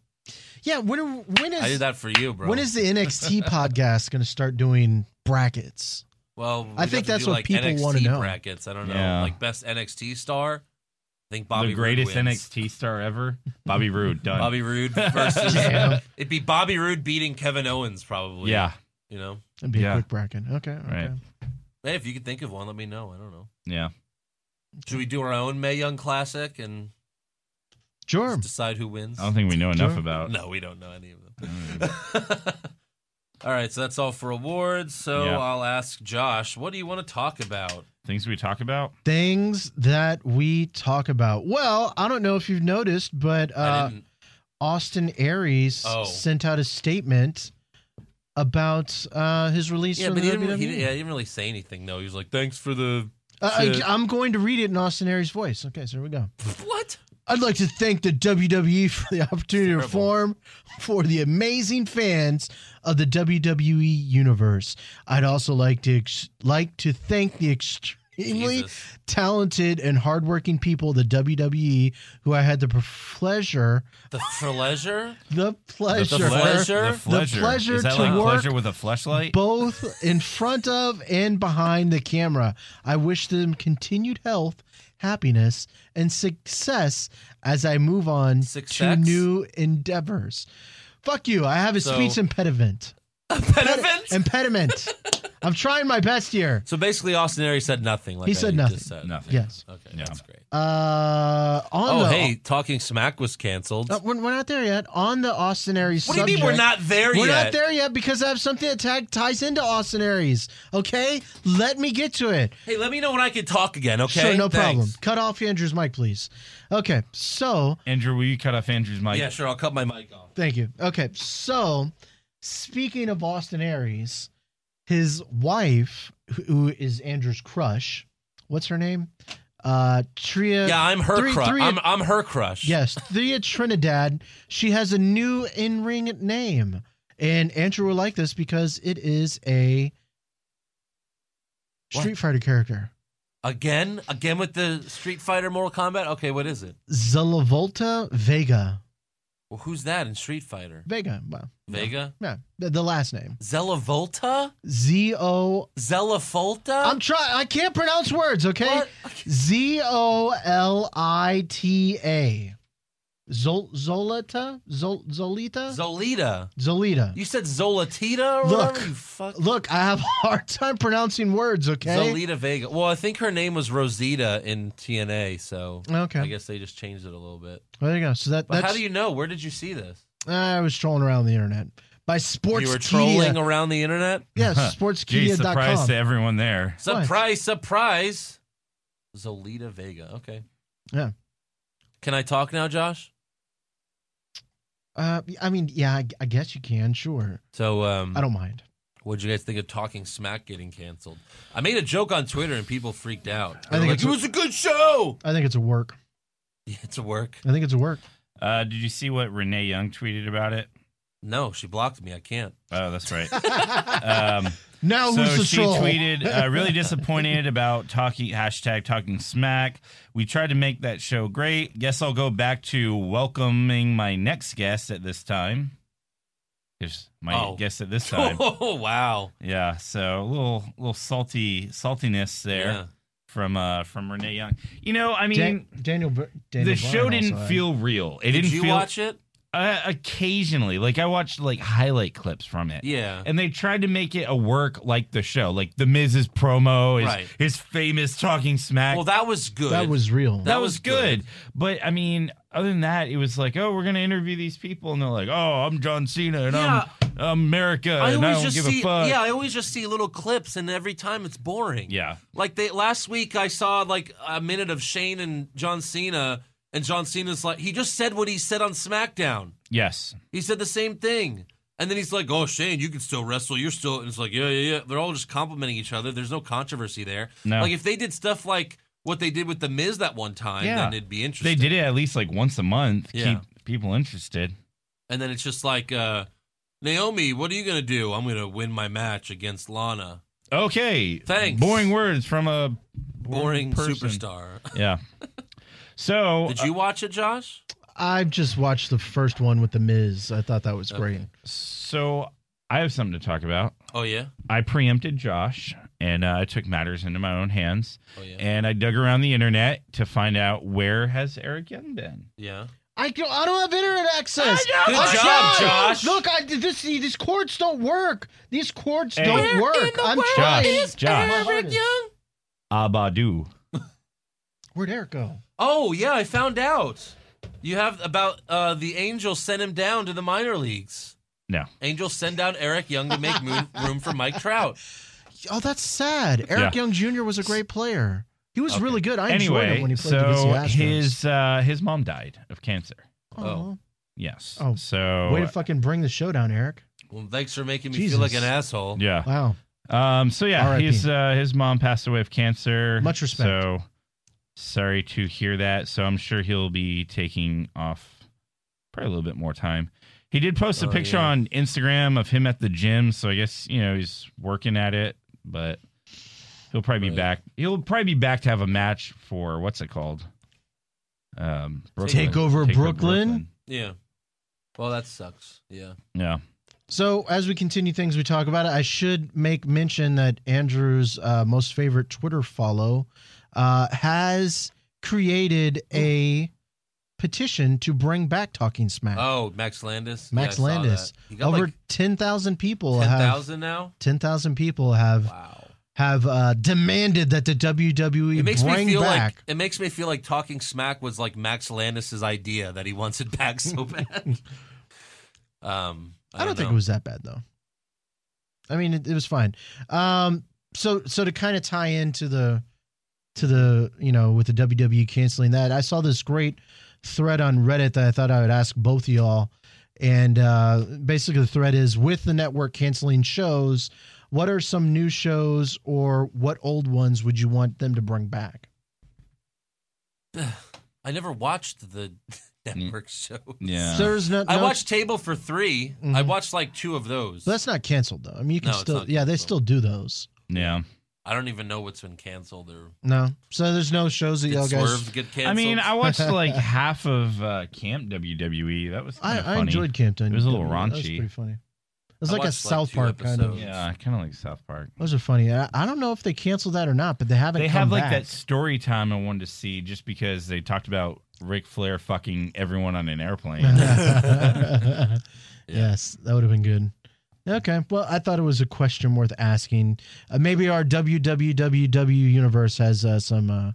C: Yeah, when are, when
B: I did
C: is
B: that for you, bro.
C: when is
B: *laughs*
C: the NXT podcast going to start doing brackets?
B: Well,
C: I
B: we'd have
C: think
B: to
C: that's
B: do,
C: what
B: like
C: people
B: NXT
C: wanna know.
B: Brackets. I don't know,
D: Yeah.
B: like best NXT star. I think *laughs* Bobby
D: the greatest
B: Roode wins.
D: NXT star ever, Bobby Roode. Done. *laughs*
B: Bobby Roode versus.
C: Damn.
B: It'd be Bobby Roode beating Kevin Owens, probably.
D: yeah,
B: You know,
C: That'd be
D: Yeah.
C: a quick bracket. Okay, okay.
D: Right.
B: hey, if you could think of one, let me know. I don't know.
D: yeah.
B: Should we do our own May Young Classic and
C: Sure.
B: just decide who wins?
D: I don't think we know enough
C: Sure.
D: about.
B: No, we don't know any of them. *laughs* all right, so that's all for awards. So
D: Yeah.
B: I'll ask Josh, what do you want to talk about?
D: things we talk about.
C: Things that we talk about. Well, I don't know if you've noticed, but
B: I
C: uh,
B: didn't.
C: Austin Aries
B: Oh.
C: sent out a statement about uh, his release
B: Yeah,
C: from
B: but
C: the
B: he didn't,
C: WWE.
B: he, didn't- yeah, he didn't really say anything. though. he was like, "Thanks for the *laughs*
C: Uh, I,
B: to-
C: I'm going to read it in Austin Aries' voice. Okay, so here we go.
B: what."
C: I'd like to thank the WWE for the opportunity to
B: Terrible.
C: perform for the amazing fans of the WWE universe. I'd also like to ex- like to thank the extremely
B: Jesus.
C: talented and hardworking people of the WWE who I had the pleasure
B: The pleasure?
C: *laughs* the pleasure
B: pleasure?
D: The pleasure.
C: pleasure
D: Is that
C: to
D: like
C: work
D: pleasure with a flashlight?
C: both in front of and behind the camera. I wish them continued health, happiness, and success as I move on to
B: Success?
C: new endeavors. Fuck you. I have a
B: So-
C: speech impediment.
B: Benefits? *laughs*
C: Impediment. I'm trying my best here.
B: So basically, Austin Aries said nothing. Like
C: He
B: that
C: said
B: you
C: nothing.
B: Just said.
D: Nothing.
C: Yes.
B: Okay,
D: Yeah.
B: that's great.
C: Uh, on
B: Oh,
C: the,
B: hey, Talking Smack was canceled.
C: Uh, we're, we're not there yet. On the Austin Aries
B: what do you mean we're
C: subject-
B: not there
C: We're
B: yet?
C: not there yet because I have something that tag- ties into Austin Aries. Okay, let me get to it.
B: Hey, let me know when I can talk again, okay?
C: sure, no problem.
B: Thanks.
C: Cut off Andrew's mic, please. Okay, so
D: Andrew, will you cut off Andrew's mic?
B: Yeah, sure. I'll cut my mic off.
C: thank you. Okay, so speaking of Austin Aries, his wife, who- who is Andrew's crush, what's her name? Uh, Tria.
B: Yeah, I'm her
C: Three-
B: crush.
C: three-
B: I'm, I'm her crush.
C: Yes, Thea Trinidad. She has a new in ring name. And Andrew will like this because it is a
B: What?
C: Street Fighter character.
B: Again? Again with the Street Fighter Mortal Kombat? Okay, what is it?
C: Zelavolta Vega.
B: Well, who's that in Street Fighter?
C: Vega. Well,
B: Vega?
C: yeah, the, the last name.
B: Zelavolta?
C: Z O.
B: Zelafolta?
C: I'm trying. I can't pronounce words, okay?
B: What?
C: Z O L I T A. Zol- Zolita? Zol- Zolita?
B: Zolita.
C: Zolita.
B: You said Zolatita or
C: Look.
B: whatever? You fuck.
C: Look, I have a hard time pronouncing words, okay?
B: Zolita Vega. Well, I think her name was Rosita in TNA, so
C: Okay.
B: I guess they just changed it a little bit.
C: Well, there you go. So that
B: But
C: that's
B: how do you know? Where did you see this?
C: I was trolling around the internet by sports.
B: you were trolling around the internet?
C: *laughs* Yes,
D: Gee, surprise to
C: sportskeeda.com.
D: everyone there.
C: What?
B: Surprise, surprise. Zolita Vega. Okay.
C: Yeah.
B: Can I talk now, Josh?
C: Uh, I mean, yeah, I, I guess you can. Sure,
B: So, um,
C: I don't mind.
B: what'd you guys think of Talking Smack getting canceled? I made a joke on Twitter and people freaked out.
C: I
B: They were
C: think
B: like,
C: it's-
B: it was a good
C: *laughs*
B: show.
C: I think it's a work.
B: Yeah, it's a work.
C: I think it's a work. *laughs*
D: Uh, did you see what Renee Young tweeted about it?
B: No, she blocked me. I can't.
D: Oh, that's
B: *laughs*
D: right. um,
C: Now
D: so
C: Oh, who's the
D: she
C: troll?
D: tweeted,
C: *laughs*
D: uh, really disappointed about talking hashtag talking smack. We tried to make that show great. Guess I'll go back to welcoming my next guest at this time. Here's my
B: Oh.
D: guest at
B: *laughs*
D: this time.
B: oh, wow.
D: yeah, so a little little salty saltiness there
B: Yeah.
D: from uh from Renee Young. You know, I mean.
C: Dan- Daniel, Br- Daniel.
D: the show
C: Bryan
D: didn't
C: also had-
D: feel real. It
B: Did
D: didn't
B: you
D: feel
B: watch it?
D: uh, occasionally. Like I watched like highlight clips from it.
B: Yeah.
D: And they tried to make it a work like the show, like the Miz's promo, his,
B: Right.
D: his famous talking smack.
B: Well, that was good.
C: that was real.
B: That
D: That was
B: was
D: good.
B: good.
D: But I mean, other than that, it was like, oh, we're gonna interview these people, and they're like, oh, I'm John Cena, and I'm, I'm America,
B: I
D: and I
B: always
D: don't
B: just
D: give
B: see
D: a fuck.
B: yeah, I always just see little clips and every time it's boring.
D: Yeah.
B: Like they last week I saw like a minute of Shane and John Cena And John Cena's like, he just said what he said on SmackDown.
D: Yes.
B: He said the same thing. And then he's like, oh, Shane, you can still wrestle. You're still. And it's like, yeah, yeah, yeah. They're all just complimenting each other. There's no controversy there.
D: No.
B: Like, if they did stuff like what they did with The Miz that one time,
D: Yeah.
B: then it'd be
D: They
B: interesting.
D: did it at least like once a month.
B: Yeah.
D: Keep people interested.
B: And then it's just like, uh, Naomi, what are you going to do? I'm going to win my match against Lana.
D: Okay.
B: Thanks.
D: Boring words from a
B: Boring
D: person. uh,
B: superstar. *laughs*
D: Yeah. So
B: Did you watch it, Josh?
C: I've just watched the first one with the Miz. I thought that was great.
D: uh, so I have something to talk about.
B: Oh, yeah.
D: I preempted Josh and uh, I took matters into my own hands
B: Oh, yeah.
D: and I dug around the internet to find out where has Eric Young been.
B: Yeah.
C: I don't, I don't have internet access.
B: Good
C: I'm
B: job,
C: trying.
B: Josh.
C: Look, I, this these cords don't work. These cords
D: Hey. Where
C: don't
D: in
C: work. I'm
D: Josh,
C: trying.
D: Josh.
C: My hardest.
D: Abadu.
C: Where'd Eric go?
B: Oh, yeah, I found out. You have about uh, the Angels sent him down to the minor leagues.
D: No.
B: Angels send down Eric Young to make
C: *laughs*
B: moon, room for Mike Trout.
C: Oh, that's sad. Eric
D: Yeah.
C: Young Jr. was a great player. He was
B: Okay.
C: really good. I enjoyed
D: Anyway,
C: him when he played against
D: so
C: the Astros.
D: his uh, his mom died of cancer.
C: oh,
D: Yes.
C: Oh.
D: so
C: way to fucking bring the show down, Eric.
B: Well, thanks for making me
C: Jesus.
B: feel like an asshole.
D: yeah.
C: Wow.
D: Um. So yeah,
C: R.I.P..
D: his uh, his mom passed away of cancer.
C: Much respect.
D: So sorry to hear that. So I'm sure he'll be taking off probably a little bit more time. He did post a
B: Oh,
D: picture
B: yeah.
D: on Instagram of him at the gym, so I guess you know he's working at it, but he'll probably be
B: Right.
D: back. He'll probably be back to have a match for what's it called? Um,
B: Take
C: over Brooklyn?
B: Yeah. Well, that sucks. Yeah.
D: Yeah.
C: So as we continue things we talk about, it, I should make mention that Andrew's uh, most favorite Twitter follow uh, has created a petition to bring back Talking Smack.
B: Oh, Max Landis.
C: Max
B: yeah, I saw
C: Landis.
B: that. He got
C: Over
B: like
C: ten thousand people have
B: 10,000 now?
C: ten thousand people have
B: Wow.
C: have uh, demanded that the WWE
B: It makes
C: bring
B: me feel
C: back.
B: like it makes me feel like talking smack was like Max Landis's idea that he wants it back so
C: *laughs*
B: bad. um,
C: I, don't think
B: know.
C: it was that bad though. I mean, it, it was fine. Um, so so to kind of tie into the to the you know with the WWE canceling that, I saw this great thread on Reddit that I thought I would ask both of y'all. And uh, basically, the thread is with the network canceling shows. What are some new shows or what old ones would you want them to bring back?
B: *sighs* I never watched the *laughs* network show.
C: *laughs*
D: Yeah.
C: There's not.
B: I
C: Mm. no- Mm-hmm.
B: watched Table for 3 I watched like two of those.
C: But that's not canceled though. I mean, you can
B: No, it's
C: still.
B: not
C: Yeah, they
B: canceled.
C: still do those.
D: yeah.
B: I don't even know what's been canceled or
C: No, so there's no shows that
B: did
C: y'all guys.
B: Swerve get canceled.
D: I mean, I
B: *laughs*
D: watched like half of uh, Camp WWE. That was
C: I,
D: kind of
C: I
D: funny.
C: enjoyed Campton.
D: It was a little
C: That was
D: raunchy.
C: pretty funny. It was
B: I
C: like a
B: watched, like,
C: South
B: two
C: Park kind of.
B: episodes.
D: Yeah, I kind of like South Park.
C: Those are funny. I, I don't know if they canceled that or not, but they haven't.
D: They
C: come
D: have like
C: back.
D: that
C: *laughs*
D: story time I wanted to see just because they talked about Ric Flair fucking everyone on an
C: *laughs*
D: airplane.
C: yes, that would have been good. Okay, well, I thought it was a question worth asking. Uh, maybe our WWWW universe has uh, some uh,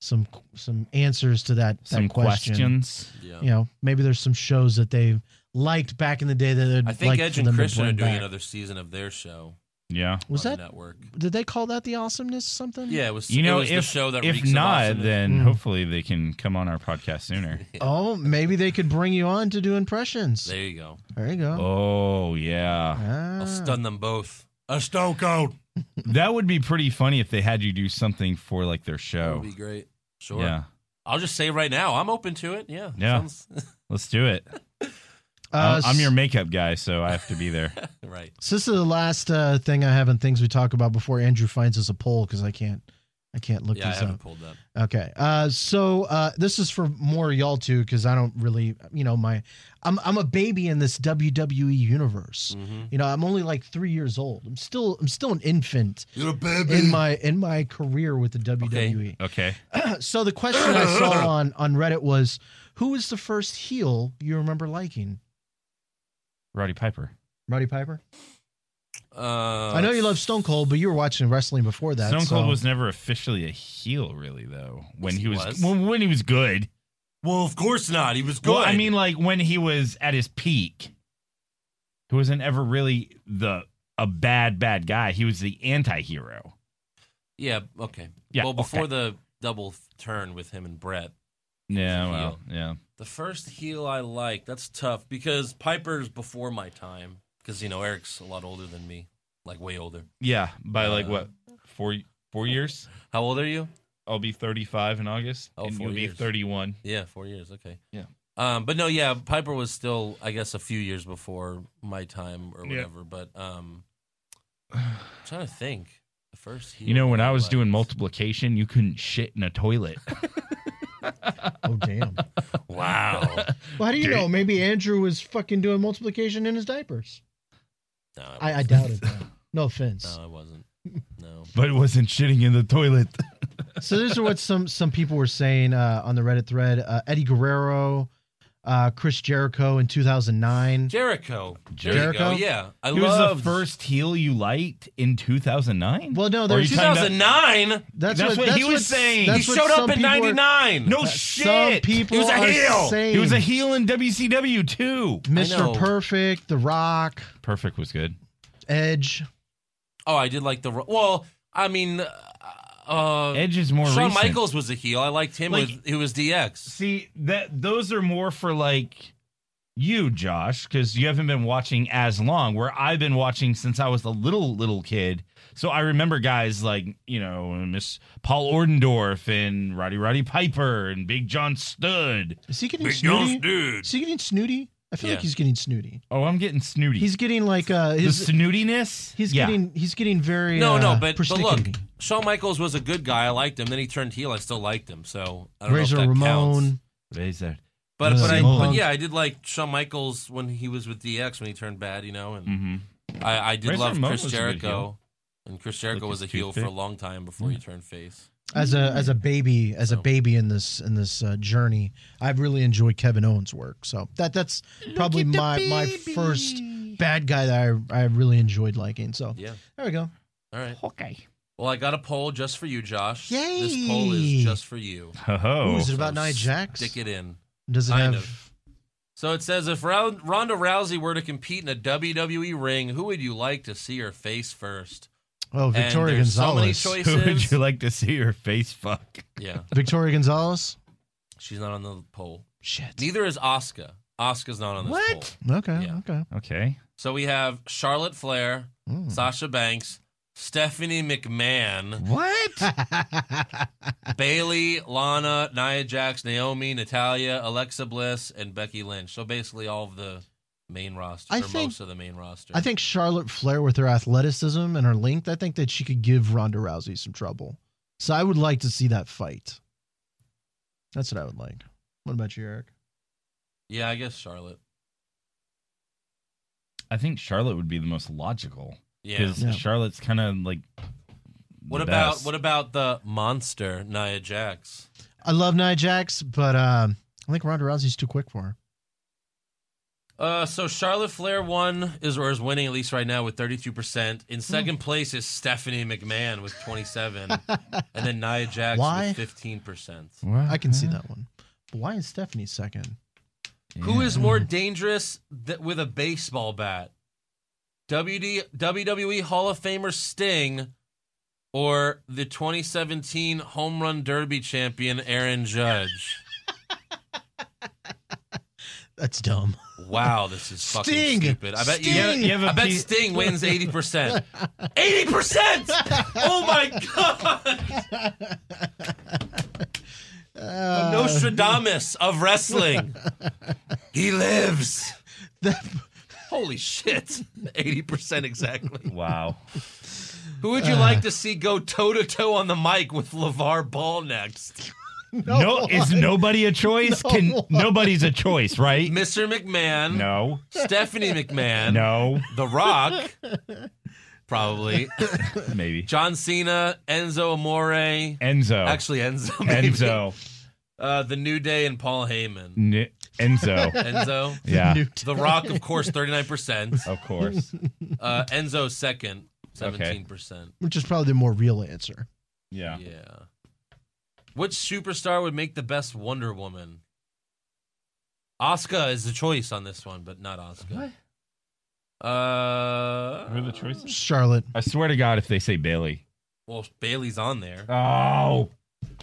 C: some some answers to that, that
D: Some
C: question.
D: questions.
B: yeah.
C: You know, maybe there's some shows that they liked back in the day that they'd
B: I think
C: like
B: Edge
C: for
B: and
C: them to
B: Christian are
C: bring
B: doing
C: back.
B: another season of their show.
D: Yeah.
C: Was
B: on
C: that?
B: the network?
C: Did they call that the awesomeness something?
B: Yeah, it was.
D: You know,
B: it was the
D: if,
B: show that
D: if
B: reeks of
D: not,
B: awesomeness.
D: then
C: Mm.
D: hopefully they can come on our podcast
B: *laughs*
D: sooner.
C: Oh, maybe they could bring you on to do impressions.
B: there you go.
C: There you go.
D: oh, yeah.
C: Ah.
B: I'll stun them both. A Stone Cold.
D: That would be pretty funny if they had you do something for like their
B: That would
D: show.
B: be great. Sure.
D: Oh. Yeah.
B: I'll just say right now, I'm open to it. Yeah.
D: Yeah.
B: Sounds, *laughs*
D: Let's do it.
C: Uh,
D: I'm- I'm your makeup guy, so I have to be
B: *laughs*
D: there.
B: right.
C: So this is the last uh, thing I have in things we talk about before Andrew finds us a poll because I can't, I can't look
B: Yeah, I
C: this
B: haven't
C: up.
B: pulled that.
C: Okay. Uh, so uh, this is for more y'all too because I don't really, you know, my, I'm I'm a baby in this WWE universe.
B: Mm. Mm-hmm.
C: You know, I'm only like three years old. I'm still I'm still an infant
B: You're a baby. *clears throat*
C: in my in my career with the E. WWE.
D: Okay.
C: *clears throat* So the question I
D: *clears throat*
C: saw on on Reddit was, who was the first heel you remember liking?
D: Roddy Piper.
C: Roddy Piper.
B: Uh,
C: I know you love Stone Cold, but you were watching wrestling before that.
D: Stone Cold
C: so-
D: was never officially a heel, really, though. When
B: Yes,
D: he
B: he
D: was,
B: was.
D: When, when he was good.
B: Well, of course not. He was good.
D: Well, I mean, like when he was at his peak, he wasn't ever really the a bad bad guy. He was the anti-hero.
B: yeah. Okay.
D: Yeah,
B: well,
D: okay.
B: before the double turn with him and Brett,
D: Yeah,
B: Heel.
D: well, yeah.
B: The first heel I like. That's tough because Piper's before my time. Because you know Eric's a lot older than me, like way older.
D: Yeah, by like
B: Uh,
D: what? 4 4 years?
B: How old are you?
D: I'll be 35 in August
B: Oh,
D: and
B: four
D: you'll be
B: years.
D: 31.
B: Yeah, four years. Okay.
D: Yeah.
B: Um, but no, yeah, Piper was still, I guess, a few years before my time or
D: Yeah.
B: whatever. But um, I'm trying to think. The first, heel
D: You know, when I was
B: liked.
D: doing multiplication, you couldn't shit in a toilet. *laughs*
C: Oh damn!
B: *laughs* Wow.
C: Well, how do you
D: Dude.
C: know? Maybe Andrew was fucking doing multiplication in his diapers.
B: No,
C: I, I
B: wasn't.
C: doubt it. Though. No offense.
B: No, I wasn't. No.
D: but it wasn't shitting in the toilet. Uh.
C: so these are what some some people were saying uh, on the Reddit thread. Uh, Eddie Guerrero, uh, Chris Jericho in
B: *laughs*
C: 2009.
B: Jericho. There you
C: Jericho?
B: go. Yeah, I
D: He was
B: loved
D: the first heel you liked in 2009?
C: well, no,
D: Or
C: there's
D: you talking about-
B: 2009.
C: that's,
D: that's
C: what,
D: what
C: that's
D: he was saying.
B: he
C: that's what
B: showed
C: some
B: up in
C: people are-
B: '99.
D: no
C: that
D: Oh, shit.
C: Some people
B: He was a
C: are
B: heel.
C: saying
D: He was a heel in WCW too.
B: I know.
C: Mr. Perfect, The Rock,
D: Perfect was good.
C: Edge.
B: Oh, I did like the. Ro- Well, I mean, uh,
D: Edge is more
B: Shawn
D: recent.
B: Michaels was a heel. I liked him.
D: Like-
B: with, it was DX.
D: See that those are more for like you, Josh, because you haven't been watching as long. Where I've been watching since I was a little little kid, so I remember guys like you know Miss Paul Ordendorff and Roddy Roddy Piper and Big John Stud.
C: Is he getting
B: Big
C: snooty?
B: John's dude.
C: Is he getting snooty? I feel
B: Yeah.
C: like he's getting snooty.
D: Oh, I'm getting snooty.
C: He's getting like uh,
D: the
C: his
D: snootiness.
C: he's
D: Yeah.
C: getting he's getting very
B: No,
C: uh,
B: no, but, but look,
C: persnickety.
B: Shawn Michaels was a good guy. I liked him. Then he turned heel. I still liked him. So I don't
C: Razor
B: know if that
C: Ramon.
B: counts.
D: Razor.
B: But,
C: Uh,
B: but, I,
D: Simone.
B: but yeah, I did like Shawn Michaels when he was with DX when he turned bad, you know, and
D: Mm-hmm.
B: I, I did
D: Razor
B: love
D: Ramon
B: Chris
D: was a good
B: Jericho,
D: heel.
B: and Chris Jericho
D: Like
B: was a
D: his
B: heel for a
D: toothpick.
B: long time before he turned face.
C: as a as a baby as a
B: So-
C: baby in this in this uh, journey i've really enjoyed kevin owens work so that that's probably my my first bad guy that i i really enjoyed liking so
B: Yeah.
C: there we go
B: All right.
D: Okay.
B: Well, I got a poll just for you, Josh. This
C: Yay.
B: poll is just for you.
D: Ho-ho.
C: Ooh, is it about nia jax
B: Stick it in.
C: does it
B: kind
C: have
B: So it says if Rou- Ronda Rousey were to compete in a WWE ring, who would you like to see her face first?
C: oh victoria
B: and there's
C: gonzalez
B: So many
D: *laughs* Who
B: choices.
D: would you like to see your face fuck?
B: yeah,
C: victoria gonzalez
B: she's not on the poll.
C: shit
B: Neither is Oscar. Oscar's not on this
D: What?
B: poll.
C: okay
B: Yeah.
C: okay
D: Okay.
B: So we have Charlotte Flair,
D: Hmm.
C: Mm. *laughs*
B: Sasha Banks, Stephanie McMahon,
D: What?
B: Bailey, Lana, Nia Jax, Naomi, Natalia, Alexa Bliss, and Becky Lynch. So basically, all of the main roster,
C: I
B: or
C: think-
B: most of the main roster.
C: I think Charlotte Flair, with her athleticism and her length, I think that she could give Ronda Rousey some trouble. So I would like to see that fight. That's what I would like. What about you, Eric?
B: Yeah, I guess Charlotte.
D: *laughs* I think Charlotte would be the most logical
B: Yeah.
D: because
C: Yeah.
D: Charlotte's kind of like.
B: What
D: the
B: about
D: best.
B: what about the monster Nia Jax?
C: I love Nia Jax, but um, I think Ronda Rousey's too quick for her.
B: Uh, so Charlotte Flair won is or is winning at least right now with thirty two percent. In
C: Hmm.
B: second place is Stephanie McMahon with twenty
C: *laughs*
B: seven, and then Nia Jax
C: Why?
B: with fifteen percent.
C: I can see that one. But why is Stephanie second?
B: Who is more dangerous th- with a baseball bat? WD, WWE E Hall of Famer Sting or the 2017 Home Run Derby champion Aaron Judge?
C: That's dumb.
B: Wow, this is fucking
C: Sting!
B: stupid. I bet
D: You
B: you.
D: have, you have a
B: I bet
D: piece-
B: Sting wins 80%. 80%! Oh my God! The
C: Uh,
B: Nostradamus of wrestling. He lives.
C: that-
B: Holy shit. 80% exactly. *laughs*
D: Wow.
B: Who would you like to see go toe to toe on the mic with LeVar Ball next?
D: No, is nobody a choice?
C: No
D: can
C: one.
D: nobody's a choice,
B: *laughs*
D: right?
B: Mr. McMahon,
D: No.
B: Stephanie McMahon,
D: No.
B: The Rock, probably,
D: Maybe.
B: John Cena, Enzo Amore,
D: Enzo.
B: actually Enzo, *laughs* maybe.
D: Oh. Enzo.
B: uh, The New Day, and Paul Heyman.
D: N-
C: *laughs*
D: Enzo.
B: Enzo,
D: *laughs* Yeah.
C: Newt.
B: The Rock, of course, 39%.
D: Of
C: *laughs*
D: course.
B: Uh, Enzo, second,
D: Okay.
B: 17%.
C: Which is probably the more real answer.
D: Yeah.
B: Yeah. Which superstar would make the best Wonder Woman? Oscar is the choice on this one, but not Oscar. Uh,
D: Who are the choices?
C: Charlotte.
D: I swear to God, if they say Bailey.
B: well, Bailey's on there.
D: Oh.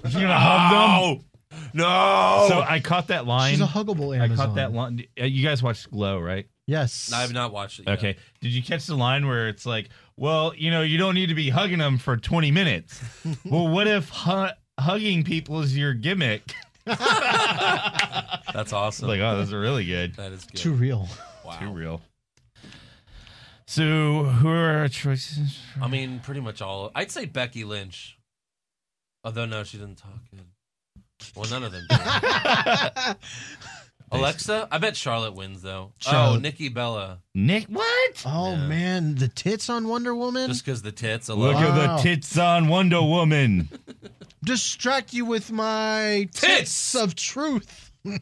D: You're gonna hug them?
B: No.
D: So I caught that line.
C: She's a huggable Amazon.
D: I caught that line. Uh, You guys watched Glow, right?
C: Yes.
B: I have not watched it. Yet.
D: Okay. Did you catch the line where it's like, well, you know, you don't need to be hugging them for 20
B: *laughs*
D: minutes? well, what if hu- hugging people is your gimmick?
B: That's awesome.
D: like, oh, those are really good.
B: that is good.
C: Too real.
B: *laughs* wow.
D: Too real. So, who are our choices?
B: I mean, pretty much all. I'd say Becky Lynch. Although no, she didn't talk good. Well, none of them. Did.
C: *laughs*
B: Alexa, I bet Charlotte wins though. Oh,
C: Charlotte.
B: Nikki Bella,
D: Nick, what?
C: Oh
B: Yeah.
C: man, the tits on Wonder Woman
B: just because the tits.
D: Look
B: Alone.
D: at
C: Wow.
D: the tits on Wonder
B: *laughs*
D: Woman. *laughs*
C: distract you with my tits,
B: Tits!
C: of truth.
D: My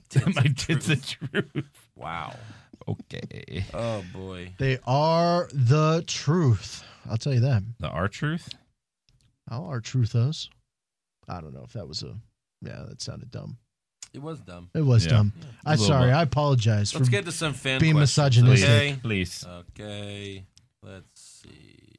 D: tits are true.
B: Wow.
D: Okay.
B: Oh boy.
C: They are the truth. I'll tell you that.
D: The R truth?
C: How are truthos? I don't know if that was a. Yeah, that sounded dumb.
B: It was dumb.
C: It was
D: Yeah.
C: dumb.
D: A
C: I'm
D: little
C: sorry.
D: bit.
C: I apologize.
B: Let's
C: for,
B: get to some fan
C: Be
B: questions,
C: misogynistic.
B: Okay.
D: Please.
B: Okay. Let's see.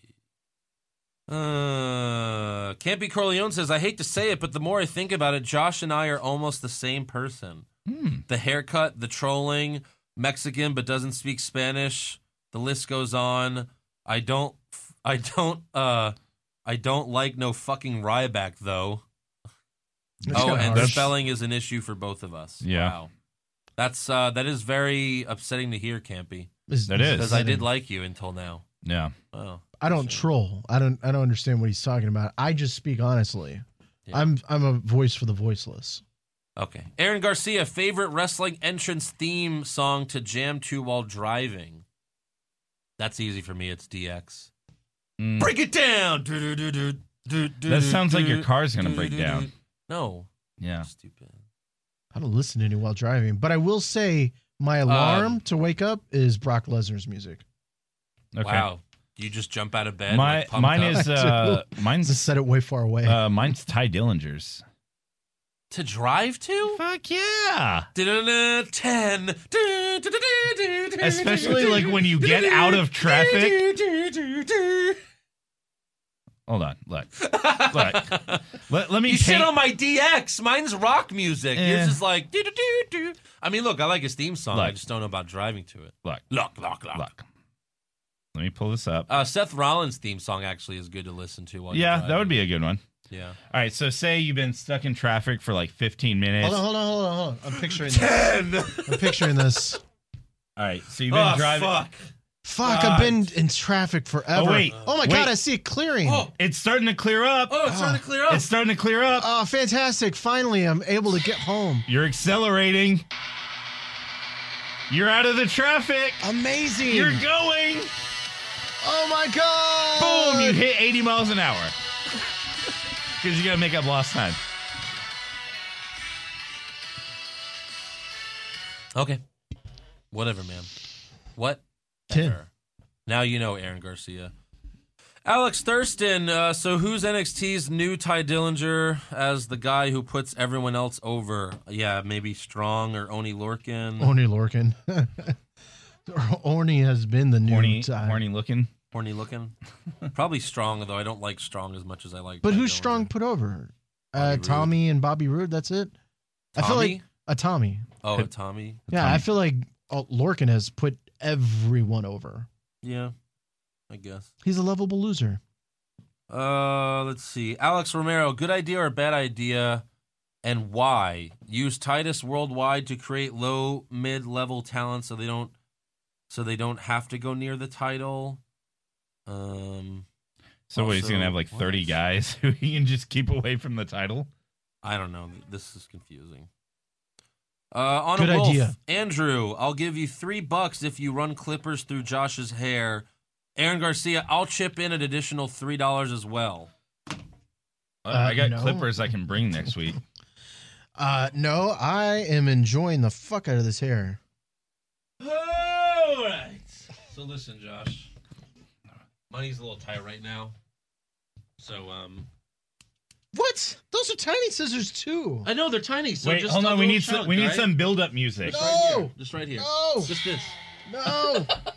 B: Uh, Campy Corleone says, "I hate to say it, but the more I think about it, Josh and I are almost the same person.
D: Hmm.
B: The haircut, the trolling, Mexican but doesn't speak Spanish. The list goes on. I don't, I don't, uh, I don't like no fucking Ryback though.
C: That's
B: Oh,
C: kinda
B: and
C: harsh.
B: spelling is an issue for both of us.
D: Yeah.
B: Wow. That's uh, that is very upsetting to hear, Campy,
C: Is-
D: That is.
B: because I did like you until now. Oh,
D: Yeah.
B: Wow.
C: I don't troll. I don't. I don't understand what he's talking about. I just speak honestly.
B: Yeah.
C: I'm. I'm a voice for the voiceless.
B: Okay. Aaron Garcia, favorite wrestling entrance theme song to jam to while driving. That's easy for me. It's DX.
D: Mm.
B: Break it down.
D: That
B: That
D: sounds like your car's going to break down.
B: No.
D: Yeah.
B: Stupid.
C: I don't listen to any while driving, but I will say my alarm
B: Um,
C: to wake up is Brock Lesnar's music.
D: Okay.
B: Wow. You just jump out of bed.
D: My
B: like, pumped
D: mine
B: up. *laughs*
D: is uh
C: I just
D: mine's
C: said it way far away.
D: uh mine's Ty Dillinger's.
B: to drive to.
D: Fuck yeah.
B: Da-da-da, Ten.
D: Especially, like, when you get out of traffic. Hold on. Look. Look. Let, let me
B: *laughs* You shit
D: paint-
B: on my DX. Mine's rock music.
D: Eh.
B: Yours is like do do do do. I mean, look, I like his theme song. I
D: Look.
B: just don't know about driving to it.
D: look.
B: Look, look, look.
D: Look. Let me pull this up.
B: Uh, Seth Rollins' theme song actually is good to listen to. While
D: yeah,
B: you're
D: that would
B: driving.
D: be a good one.
B: Yeah.
D: All right, so say you've been stuck in traffic for like 15 minutes.
C: hold on, hold on, hold on, hold on. I'm picturing
B: *laughs*
C: this. I'm picturing this.
D: All right, so you've been
B: oh,
D: driving.
B: fuck.
C: Fuck, I've been in traffic forever.
D: Oh, wait.
C: Oh my
D: Wait.
C: god, I see it clearing.
B: Oh,
C: Oh,
D: It's starting to clear up.
B: oh, Ah.
C: Ah,
B: it's starting to clear up.
D: It's starting to clear up.
C: Oh, fantastic. Finally, I'm able to get home.
D: You're accelerating. You're out of the traffic.
C: Amazing.
D: You're going.
C: oh my god.
D: Boom! You hit 80 miles an hour. *laughs* Because you gotta make up lost time.
B: Okay. Whatever, man. What?
C: Ten.
B: Ever. Now you know Aaron Garcia. Alex Thurston. Uh, so who's NXT's new Ty Dillinger as the guy who puts everyone else over? Yeah, maybe Strong or Oni Lorkin.
C: Orny Lorkin. *laughs* Orny has been the new
D: Horny,
C: time.
D: horny looking.
B: Horny looking.
C: *laughs*
B: Probably Strong, though I don't like Strong as much as I like.
C: But
B: Ty
C: who's
B: Dillinger.
C: strong put over?
B: Bobby
C: Uh,
B: Roode.
C: Tommy and Bobby Roode. That's it. I feel like
B: Tommy?
C: a Tommy.
B: Oh, Tommy.
C: Yeah,
D: Tommy.
C: I feel like uh, Lorcan has put everyone over.
B: Yeah, I guess.
C: He's a lovable loser.
B: Uh, let's see. Alex Romero, good idea or bad idea, and why? Use Titus worldwide to create low mid level talent so they don't so they don't have to go near the title. Um,
D: So what, he's
B: Also,
D: gonna have like 30
B: what?
D: guys *laughs* who he can just keep away from the title.
B: I don't know. This is confusing. Uh, on
C: Good
B: a wolf,
C: idea.
B: Andrew. I'll give you three bucks if you run clippers through Josh's hair. Aaron Garcia, I'll chip in an additional three dollars as well.
D: Uh,
C: Uh,
D: I got
C: no.
D: clippers I can bring next week.
C: Uh, no, I am enjoying the fuck out of this hair.
B: All right. So listen, Josh. Money's a little tight right now. So um,
C: What? Those are tiny scissors too.
D: *laughs*
B: I know they're tiny. So
D: Wait,
B: just
D: hold
B: a
D: on. We
B: little
D: need
B: chunk,
D: some. We need
B: right?
D: some build up music.
B: Just right here.
C: No!
B: Just right here.
C: No,
B: Just this.
C: no.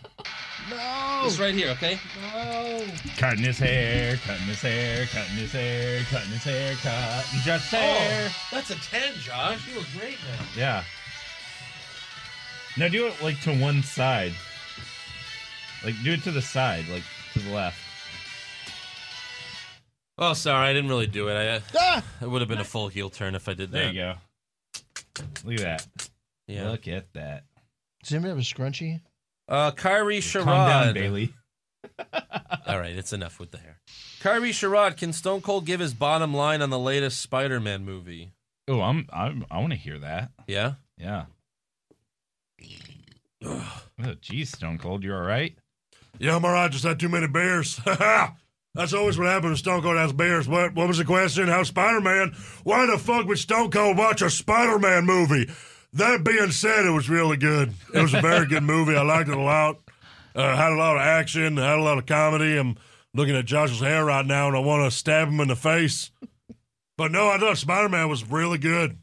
C: No.
B: This right here, okay?
C: No.
D: Cutting his hair, cutting his hair, cutting his hair, cutting his hair, cutting just
B: Oh.
D: hair.
B: that's a 10, Josh. You look great now.
D: Yeah. Now do it like to one side. Like do it to the side, like to the left.
B: Oh, sorry. I didn't really do it. I, uh,
C: Ah!
B: it would have been a full heel turn if I did
D: There you
B: that.
D: go. Look at that.
B: Yeah.
D: Look at that.
C: Does anybody have a scrunchie?
B: Uh, Kyrie Sherrod.
D: Calm down, Bailey.
B: *laughs* All right, it's enough with the hair. Kyrie Sherrod, can Stone Cold give his bottom line on the latest Spider Man movie?
D: Oh, I'm, I'm I want to hear that.
B: Yeah?
D: Yeah. Oh, geez, Stone Cold, you all right?
F: Yeah, I'm all right. Just had too many beers. *laughs* That's always what happens when Stone Cold has beers. What What was the question? How Spider Man? Why the fuck would Stone Cold watch a Spider Man movie? That being said, it was really good. It was a very good movie. I liked it a lot. Uh, had a lot of action. Had a lot of comedy. I'm looking at Josh's hair right now, and I want to stab him in the face. But no, I thought Spider Man was really good.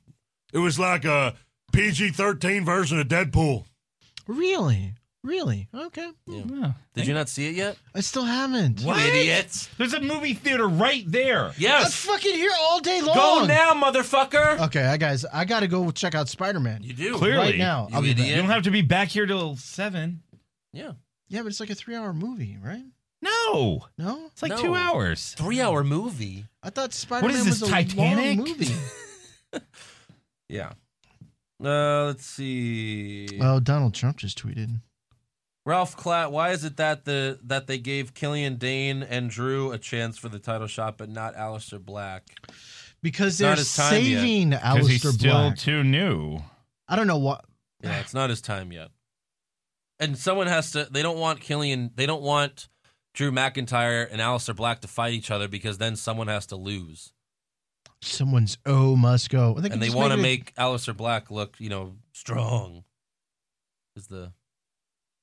F: It was like a PG-13 version of Deadpool.
C: Really? Really? Okay.
D: Oh.
B: Did you not see it yet?
C: I still haven't.
B: You idiot.
D: There's a movie theater right there.
C: I'm
B: Yes.
C: fucking here all day long.
B: Go now, motherfucker.
C: Okay, I guys, I gotta go check out Spider Man
B: you do.
D: Clearly.
C: right now.
B: You
C: I'll be back.
B: idiot.
D: You don't have to be back here till seven.
B: Yeah.
C: Yeah, but it's like a three hour movie, right?
D: No,
C: No,
D: it's like
B: No.
D: two hours.
B: Three hour movie.
C: I thought Spider Man
D: is this,
C: was a
D: Titanic?
C: long
D: *laughs*
C: movie.
B: Yeah. Uh, let's see.
C: oh, Donald Trump just tweeted.
B: Ralph Klatt, why is it that the that they gave Killian Dane and Drew a chance for the title shot, but not Alistair Black?
C: Because
B: not
C: they're
B: his time yet.
C: saving
D: Because he's
C: Alistair
D: still
C: Black.
D: too new.
C: I don't know what.
B: Yeah, it's not his time yet. And someone has to. They don't want Killian. They don't want Drew McIntyre and Alistair Black to fight each other because then someone has to lose,
C: Someone's oh must go. I think
B: and they
C: just
B: want to
C: it-
B: make Alistair Black look, you know, strong. Is the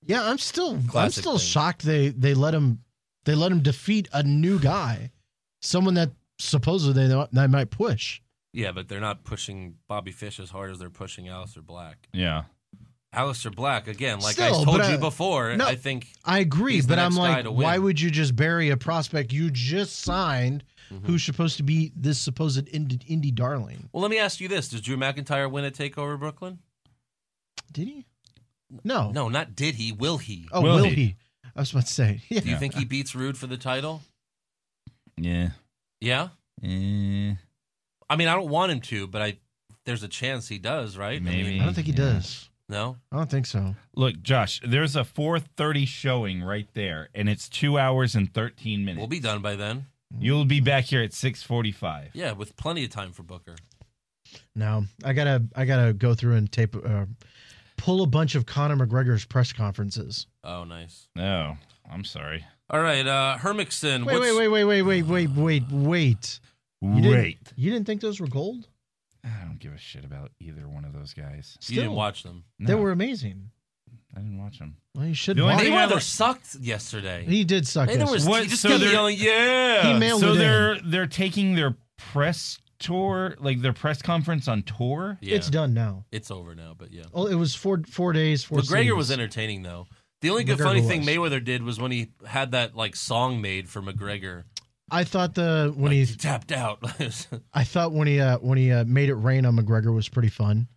C: Yeah, I'm still I'm
B: Classic
C: still
B: thing.
C: shocked they they let him they let him defeat a new guy, someone that supposedly they, they might push.
B: yeah, but they're not pushing Bobby Fish as hard as they're pushing Alistair Black.
D: Yeah.
B: Alistair Black again, like I
C: Still,
B: told
C: but,
B: you
C: uh,
B: before,
C: no.
B: I think
C: I agree,
B: He's the
C: but I'm
B: next guy
C: like,
B: to win.
C: why would you just bury a prospect you just signed,
B: Mm-hmm.
C: who's supposed to be this supposed indie, indie darling?
B: Well, let me ask you this: Does Drew McIntyre win at Takeover Brooklyn?
C: Did he? No.
B: No, not did he. Will he?
C: Oh,
D: Will
C: will,
D: he?
C: he? I was about to say. *laughs* Yeah.
B: Do you think he beats Rude for the title?
D: Yeah.
B: Yeah.
D: Eh,
B: I mean, I don't want him to, but I there's a chance he does, right? I
D: Maybe.
B: mean,
C: I don't think he
D: Yeah.
C: does.
B: no.
C: I don't think so.
D: Look, Josh, there's a 4:30 showing right there, and it's two hours and 13 minutes.
B: We'll be done by then.
D: You'll be back here at 6:45.
B: Yeah, with plenty of time for Booker.
C: No, I gotta, I gotta go through and tape, uh, pull a bunch of Conor McGregor's press conferences.
B: Oh, nice.
D: No, I'm sorry.
B: All right, uh Hermickson.
C: Wait,
B: what's,
C: wait, wait, wait, wait, wait, wait, wait, wait. You didn't-
D: Wait.
C: you didn't think those were gold?
D: I don't give a shit about either one of those guys.
B: You didn't watch them.
C: They
D: No,
C: were amazing.
D: I didn't watch them.
C: Well, you should.
D: The only
C: watch-
B: They
D: thing I
B: rather
D: like-
B: sucked yesterday.
C: He did suck.
B: They
C: yesterday.
B: was
D: What,
B: he just
D: so
B: kept
D: they're-
B: yelling, yeah.
C: He mailed-
D: So
C: it in.
D: they're they're taking their press tour, like their press conference on tour.
B: yeah.
C: It's done now.
B: It's over now, but yeah.
C: Oh, it was four four days. Four.
B: McGregor was
C: cities.
B: entertaining though. The only good
C: McGregor
B: funny thing
C: was.
B: Mayweather did was when he had that like song made for McGregor.
C: I thought the when
B: Like,
C: he
B: he tapped out. *laughs*
C: I thought when he uh, when he uh, made it rain on McGregor was pretty fun.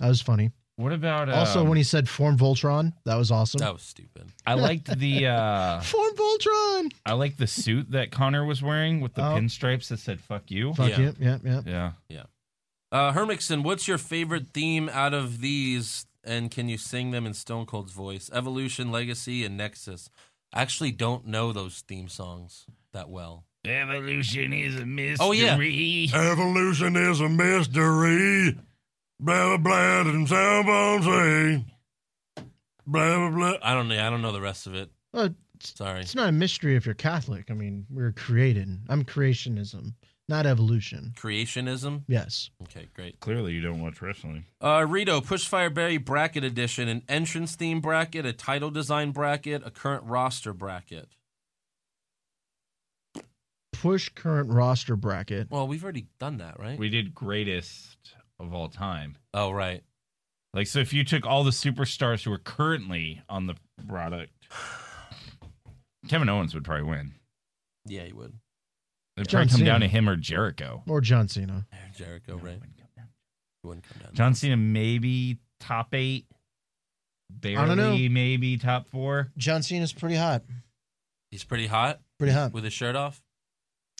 C: That was funny.
D: What about
C: also,
D: um,
C: when he said "form Voltron," that was awesome.
B: that was stupid.
D: I liked the uh
C: Form Voltron.
D: I liked the suit that Connor was wearing with the
C: Oh.
D: pinstripes that said "fuck you."
C: Fuck
B: Yeah.
C: yeah, yeah, yeah.
D: Yeah.
B: Uh, Hermickson, what's your favorite theme out of these? And can you sing them in Stone Cold's voice? Evolution, Legacy, and Nexus. I actually don't know those theme songs that well.
D: Evolution is a mystery.
B: Oh, yeah.
F: Evolution is a mystery. Blah blah blah and sound on sea. Blah blah blah.
B: I don't know. I don't know the rest of it.
C: Well, it's,
B: Sorry.
C: it's not a mystery if you're Catholic. I mean, we were created. I'm creationism, not evolution.
B: Creationism.
C: Yes.
B: Okay, great.
D: Clearly, you don't watch wrestling.
B: Uh, Rito, Pushfire Berry bracket edition, an entrance theme bracket, a title design bracket, a current roster bracket.
C: Push current roster bracket.
B: Well, we've already done that, right?
D: We did greatest of all time.
B: oh, right.
D: Like, so if you took all the superstars who are currently on the product Kevin Owens would probably win.
B: Yeah, you would.
D: It'd
C: John
D: probably come down
C: Cena.
D: to him or Jericho.
C: or John Cena.
B: Aaron Jericho,
D: No, it
B: right?
D: wouldn't come down.
B: He wouldn't come down.
D: John Cena maybe top eight, barely
C: don't know.
D: maybe top four.
C: John Cena's pretty hot.
B: He's pretty hot
C: Pretty hot.
B: with his shirt off.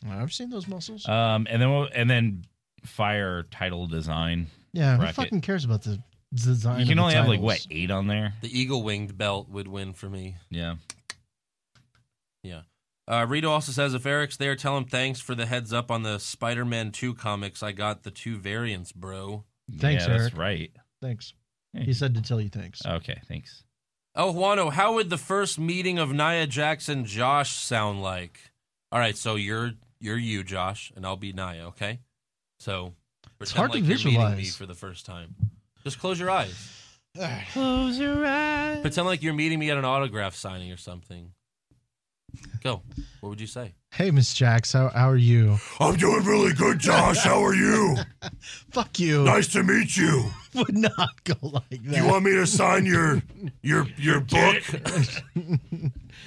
C: I've seen those muscles.
D: Um, and then we'll, and then fire title design.
C: yeah, who
D: bracket.
C: fucking cares about the design?
D: You can
C: of the
D: only have like what
C: titles?
D: eight on there.
B: The eagle winged belt would win for me.
D: Yeah.
B: Uh, Rito also says if Eric's there, tell him thanks for the heads up on the Spider Man 2 comics. I got the two variants, bro.
C: Thanks,
D: yeah,
C: Eric.
D: That's right.
C: Thanks.
D: Hey. Uh,
C: He said to tell you thanks.
D: Okay, thanks.
B: Oh, Juano, how would the first meeting of Nia Jackson Josh sound like? All right, so you're you're you, Josh, and I'll be Nia, okay? So
C: It's
B: pretend
C: hard to
B: like you're meeting me
C: visualize.
B: for the first time. Just close your eyes.
D: Close your eyes.
B: Pretend like you're meeting me at an autograph signing or something. Go. What would you say?
C: Hey, Miss Jax, how, how are you?
F: I'm doing really good, Josh. How are you?
C: Fuck you. *laughs*
F: Nice to meet you.
C: Would not go like
F: Do you
C: that.
F: want me to sign your your your book?
D: *laughs*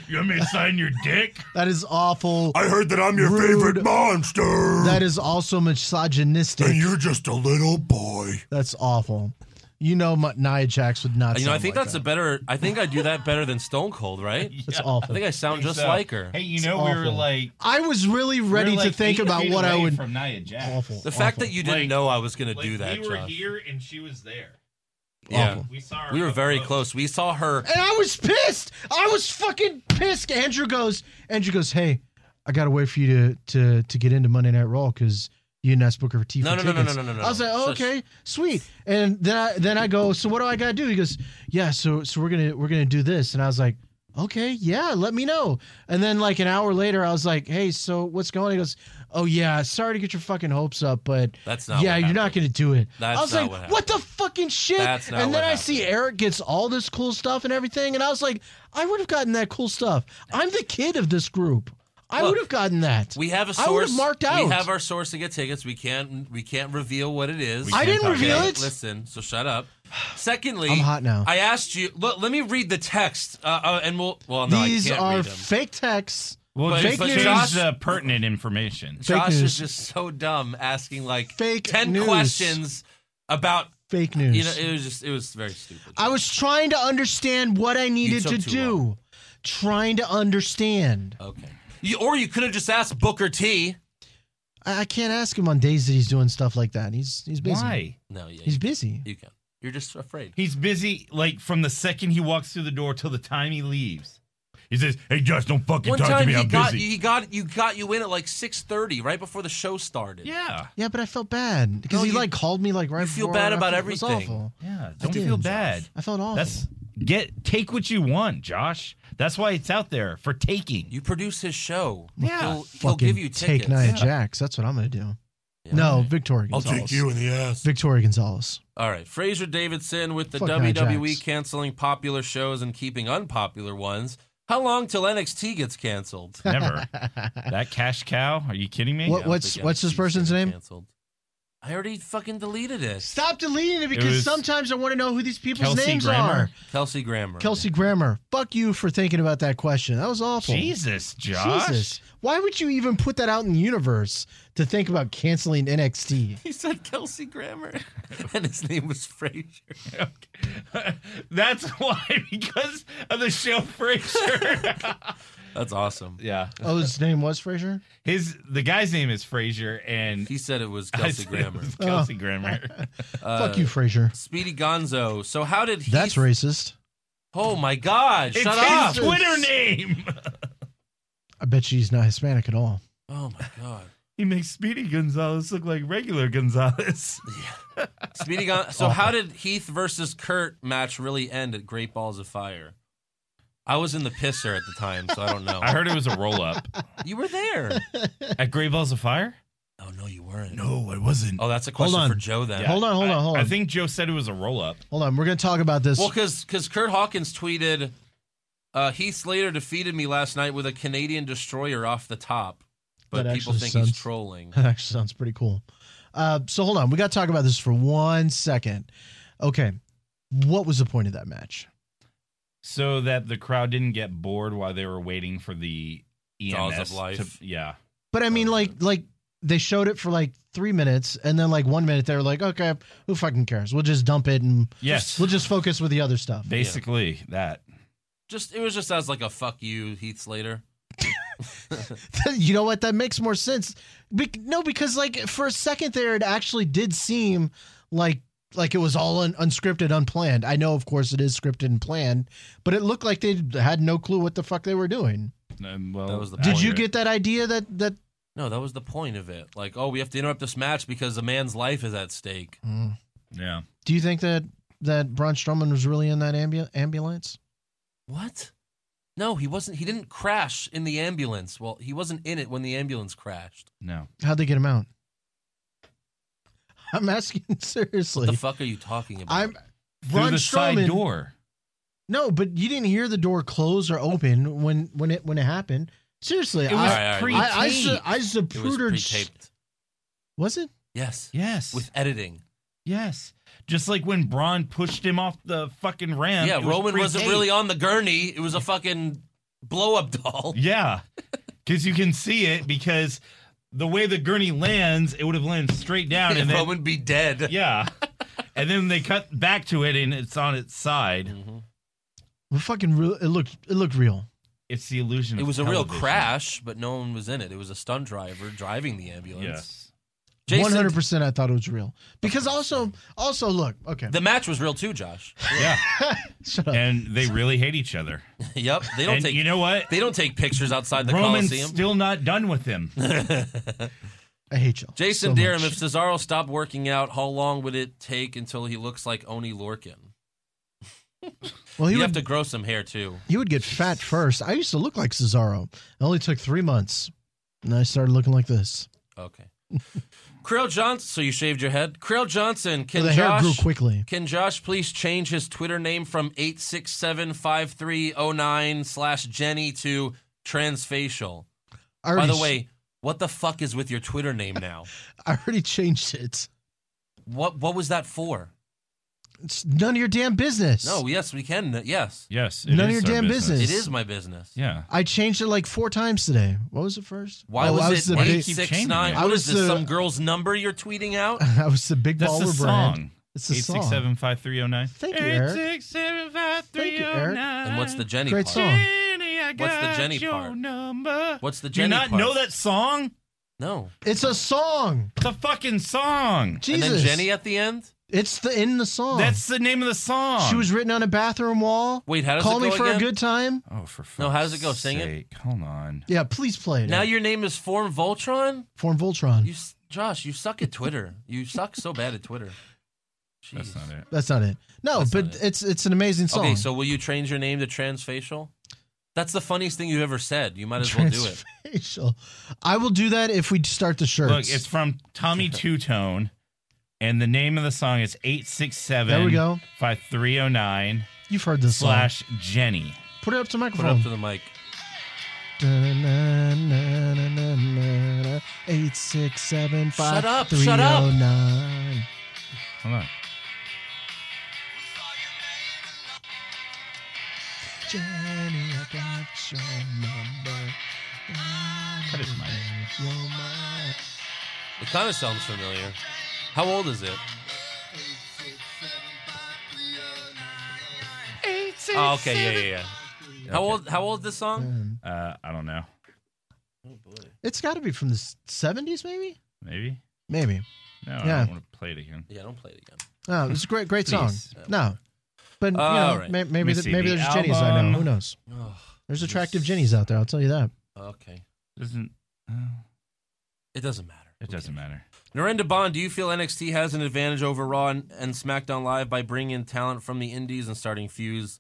D: You want me to sign your dick?
C: that is awful.
F: I heard that I'm your
C: Rude.
F: favorite monster.
C: that is also misogynistic.
F: and you're just a little boy.
C: That's awful. You know, my, Nia Jax would not.
B: you know, I
C: sound
B: think
C: like
B: that's
C: that.
B: a better I think I do that better than Stone Cold, right?
C: That's
B: I
C: awful.
B: think I sound just
D: So,
B: like her.
D: Hey, you know we were
C: awful.
D: like
C: I was really
D: we were,
C: ready to
D: like,
C: think
D: eight
C: about
D: feet
C: what I
D: away
C: would.
D: from Nia Jax.
C: Awful.
B: The fact
C: awful.
B: that you didn't
G: Like-
B: know I was going to
G: Like,
B: do that,
G: we were
B: Josh.
G: here and she was there.
B: Yeah.
C: Awful.
G: We saw her.
B: We were
G: up
B: very
G: close.
B: close. We saw her.
C: And I was pissed. I was fucking pissed. Andrew goes. Andrew goes. Hey, I gotta wait for you to to to get into Monday Night Raw because you and us book her T for
B: No, no, no,
C: tickets.
B: no, no, no, no, no.
C: I was like, oh,
B: Shush.
C: okay, sweet. And then I then I go. So what do I gotta do? He goes, yeah. So so we're gonna we're gonna do this. And I was like, okay, yeah. Let me know. And then like an hour later, I was like, hey, so what's going? on? He goes, oh yeah. Sorry to get your fucking hopes up, but
B: That's not.
C: yeah,
B: what
C: you're not
B: happened.
C: gonna do it.
B: That's
C: I was
B: not
C: like,
B: what
C: what,
B: happened.
C: the fucking shit?
B: That's not
C: and then
B: what
C: I see
B: happened.
C: Eric gets all this cool stuff and everything, and I was like, I would have gotten that cool stuff. I'm the kid of this group. I
B: Look,
C: would have gotten that.
B: We have a
C: I would've
B: source.
C: marked out.
B: We have our source to get tickets. We can't. We can't reveal what it is.
D: We
C: I
D: can't
C: didn't
D: talk
C: reveal
D: about
B: Okay,
C: it.
B: Listen. So shut
C: *sighs*
B: up. Secondly,
C: I'm hot now.
B: I asked you. Look, let me read the text, uh, uh, and we'll. Well, no,
C: These
B: I can't
C: are
B: read them.
C: fake texts.
D: Well,
B: But-
D: just
B: but
D: change
B: Josh-
D: the pertinent information.
C: Fake
B: Josh
C: news.
B: is just so dumb, asking like
C: Fake
B: ten
C: news.
B: questions about.
C: Fake news.
B: You know, it was just. It was very stupid.
C: I was trying to understand what I needed to
B: took too
C: do.
B: long.
C: Trying to understand.
B: okay. You, or you could have just asked Booker T.
C: I, I can't ask him on days that he's doing stuff like that. He's he's busy.
D: Why?
B: No, yeah,
C: He's
B: you,
C: busy.
B: you can. You're just afraid.
D: He's busy like from the second he walks through the door till the time he leaves. He says, "Hey, Josh, don't fucking
B: One time he got he got you got you in at like six thirty, right before the show started.
D: Yeah,
C: Yeah, but I felt bad because
B: No,
C: he
B: you-
C: like called me like right.
B: you feel
C: before,
B: bad
C: and I
B: about
C: felt- it was
B: everything.
C: awful.
D: yeah. Don't
C: did,
D: feel
C: Josh.
D: bad.
C: I felt awful.
D: That's get take what you want, Josh. That's why it's out there for taking.
B: *laughs* You produce his show.
D: Yeah.
B: he'll, he'll
C: fucking
B: give you tickets.
C: take Nia Jax. That's what I'm gonna do.
B: Yeah.
C: no, Victoria
F: I'll
C: Gonzalez.
F: take you in the ass.
C: Victoria Gonzalez.
B: All right, Fraser Davidson with the
C: Fuck Nia
B: WWE
C: Jax.
B: canceling popular shows and keeping unpopular ones. How long till NXT gets canceled?
D: Never that cash cow. Are you kidding me?
C: What- what's- what's this person's name?
B: Canceled. I already fucking deleted it.
C: Stop deleting it because
D: was
C: sometimes I want to know who these people's
D: Kelsey
C: names
D: Grammer?
C: are.
B: Kelsey Grammer.
C: Kelsey Grammer. Fuck you for thinking about that question. That was awful.
D: Jesus, Josh.
C: Jesus. Why would you even put that out in the universe to think about canceling NXT?
B: *laughs* He said Kelsey Grammer, *laughs* and his name was Fraser.
D: *laughs* That's why *laughs* because of the show Frasier.
B: *laughs* That's awesome.
D: yeah,
C: Oh, his name was Frazier?
D: his the guy's name is Frasier, and
B: He said it was
D: I
B: Kelsey
D: said
B: Grammer. Oh. Uh,
D: it was Kelsey Grammer.
B: *laughs*
C: Fuck you, Frazier.
B: Speedy Gonzo. So how did he?
C: That's racist.
B: Oh my God!
D: it's
B: Shut up!
D: his Twitter name.
C: I bet you he's not Hispanic at all.
B: Oh my God!
D: He makes Speedy Gonzalez look like regular Gonzalez.
B: Speedy Gon- So how did Heath versus Kurt match really end at Great Balls of Fire? I was in the pisser at the time, so I don't
C: *laughs*
B: know.
D: I heard it was a roll up
B: you were there.
D: at Great Balls of Fire.
B: Oh no, you weren't.
D: No, I wasn't.
B: Oh, that's a
C: Hold
B: question
C: on.
B: for Joe then.
D: Yeah,
C: Hold on, hold
D: I-
C: on, hold
D: I
C: on.
D: think Joe said it was a roll up.
C: Hold on. We're going to talk about this.
B: Well, because because Kurt Hawkins tweeted, uh, Heath Slater defeated me last night with a Canadian destroyer off the top, but
C: That
B: people
C: actually
B: think
C: sounds-
B: he's trolling.
C: *laughs* That actually sounds pretty cool. Uh, so hold on, we got to talk about this for one second. Okay, what was the point of that match?
D: so that the crowd didn't get bored while they were waiting for the EMS.
B: Jaws of life.
D: To, yeah.
C: But I mean,
B: Oh,
C: like, like they showed it for like three minutes, and then like one minute they were like, okay, who fucking cares? We'll just dump it and
D: Yes.
C: we'll just focus with the other stuff.
D: Basically that.
B: Just it was just as like a fuck you, Heath Slater.
C: *laughs* you know what? That makes more sense. Be- no, because like for a second there, it actually did seem like like it was all un- unscripted, unplanned. I know, of course, it is scripted and planned, but it looked like they had no clue what the fuck they were doing.
D: Um, well,
B: That was the
C: Did
B: point.
C: you get that idea that that?
B: No, that was the point of it. Like, oh, we have to interrupt this match because a man's life is at stake.
C: Mm.
D: Yeah.
C: Do you think that that Braun Strowman was really in that ambu- ambulance?
B: What? No, he wasn't. He didn't crash in the ambulance. Well, he wasn't in it when the ambulance crashed.
D: No.
C: How'd they get him out? I'm asking *laughs*
B: What the
C: seriously.
B: fuck are you talking about?
C: I'm
D: Through
C: Braun
D: the
C: Strowman-
D: side door.
C: No, but you didn't hear the door close or open when when it when it happened. Seriously,
D: It was
B: All
C: I,
B: right, all
D: pre
B: right.
C: I, I, su- I
B: it was
C: zaprudered. sh-
B: pre-taped.
C: was it?
B: Yes,
D: Yes.
B: with editing.
D: yes. Just like when Braun pushed him off the fucking ramp.
B: yeah,
D: it was
B: Roman
D: free
B: wasn't
D: tape.
B: really on the gurney. It was a fucking blow up doll.
D: Yeah. Because you can see it because the way the gurney lands, it would have landed straight down. And
B: And
D: then,
B: Roman be
D: *laughs*
B: dead.
D: yeah. And then they cut back to it and it's on its side.
B: Mhm.
C: Well, fucking real. It looked it looked real.
D: It's the illusion
B: It
D: of
B: was a real
D: television.
B: crash, but no one was in it. It was a stunt driver driving the ambulance.
D: Yes.
B: Jason-
C: One hundred percent. I thought it was real because also also look. Okay,
B: The match was real too, Josh. *laughs*
D: Yeah.
C: shut up.
D: And they really hate each other.
B: yep, they don't
D: And
B: take
D: you know what?
B: they don't take pictures outside the
D: Roman's
B: Coliseum.
D: still not done with
B: *laughs*
D: him.
C: I hate you,
B: Jason
C: so
B: Derham,
C: much.
B: if Cesaro stopped working out, how long would it take until he looks like Oni Lorkin?
C: well, he
B: You
C: would,
B: have to grow some hair too.
C: he would get fat first. I used to look like Cesaro. It only took three months, and I started looking like this. *laughs*
B: Okay. Krill Johnson. So you shaved your head. Krill Johnson. Can
C: the
B: Josh?
C: hair grew quickly.
B: Can Josh please change his Twitter name from 8675309 slash Jenny to transfacial?
C: I
B: By
C: already
B: the
C: ch-
B: way, what the fuck is with your Twitter name now?
C: I already changed it.
B: What what was that for?
C: It's none of your damn business.
B: No, yes, we can. Yes.
D: Yes.
C: None of your
D: our
C: damn business.
B: It is my business.
D: Yeah.
C: I changed it like four times today. What was it first?
B: Why
C: Oh, I
B: was it
C: the
D: why do you
B: eight
C: big,
D: keep
B: six
D: changing
B: nine?
D: it?
B: What
C: I
B: is
C: was
B: this?
C: the-
B: Some girl's number you're tweeting out?
C: *laughs* I was the big
D: That's
C: baller
D: the
C: brand.
D: song.
C: It's the
D: Eight
C: song.
D: six seven five three zero nine.
C: Thank you, Eric. Thank you, Eric.
B: And what's the Jenny
C: Great
B: part?
C: song.
D: oh Jenny, I
B: What's the
D: got
B: Jenny
D: your
B: part?
D: Number.
B: What's the
D: Do you
B: Jenny
D: not
B: part?
D: know that song?
B: No.
C: It's a song.
D: It's a fucking song.
C: Jesus.
B: And then Jenny at the end?
C: It's the in the song.
D: That's the name of the song.
C: she was written on a bathroom wall.
B: Wait, how does
C: Call
B: it
C: me
B: go
C: for
B: again?
C: a good time.
D: Oh, for fuck's
B: No, how does it go? Sing it?
D: sake. Hold on.
C: Yeah, please play it.
B: Now your name is Form Voltron?
C: Form Voltron.
B: You s- Josh, you suck at Twitter. you suck so bad at Twitter. Jeez.
D: That's not it.
C: That's not it. No,
B: That's
C: but
B: not it.
C: it's it's an amazing song.
B: Okay, so will you change your name to transfacial? That's the funniest thing you've ever said. You might as well do it.
C: Transfacial. I will do that if we start the shirts.
D: Look, it's from
C: *laughs*
D: Tommy Two Tone, and the name of the song is eight six seven.
C: There we go.
D: Five three zero nine
C: You've heard this
D: slash Jenny.
C: song. Put it up to the
B: Put
C: microphone.
B: up to the mic.
C: Da-na-na-na-na-na-na. Eight six seven five.
B: Shut up,
C: three,
B: shut up.
C: oh, nine.
D: Hold on.
C: Jenny, I got your number.
D: That is mine.
C: You're mine.
B: It kind of sounds familiar. How old is it? Oh, okay, yeah, yeah, yeah. How old? How old is this song?
C: Um,
D: Uh, I don't know.
C: It's got to be from the seventies, maybe.
D: Maybe.
C: Maybe.
D: No, I
C: Yeah.
D: don't want to play it again.
B: Yeah, don't play it again.
C: Oh, it's a great, great song.
D: Please.
C: No, but you
B: All
C: know,
B: right.
C: may-
D: Let
C: maybe
D: me
C: th-
D: see
C: maybe
D: the
C: there's Jennies I know.
D: album.
C: Who knows?
B: Oh,
C: There's attractive Jennies out there. I'll tell you that.
B: okay,
D: Doesn't. Uh,
B: it doesn't matter.
D: it doesn't matter.
B: Narendra Bond, do you feel NXT has an advantage over Raw and, and SmackDown Live by bringing in talent from the Indies and starting feuds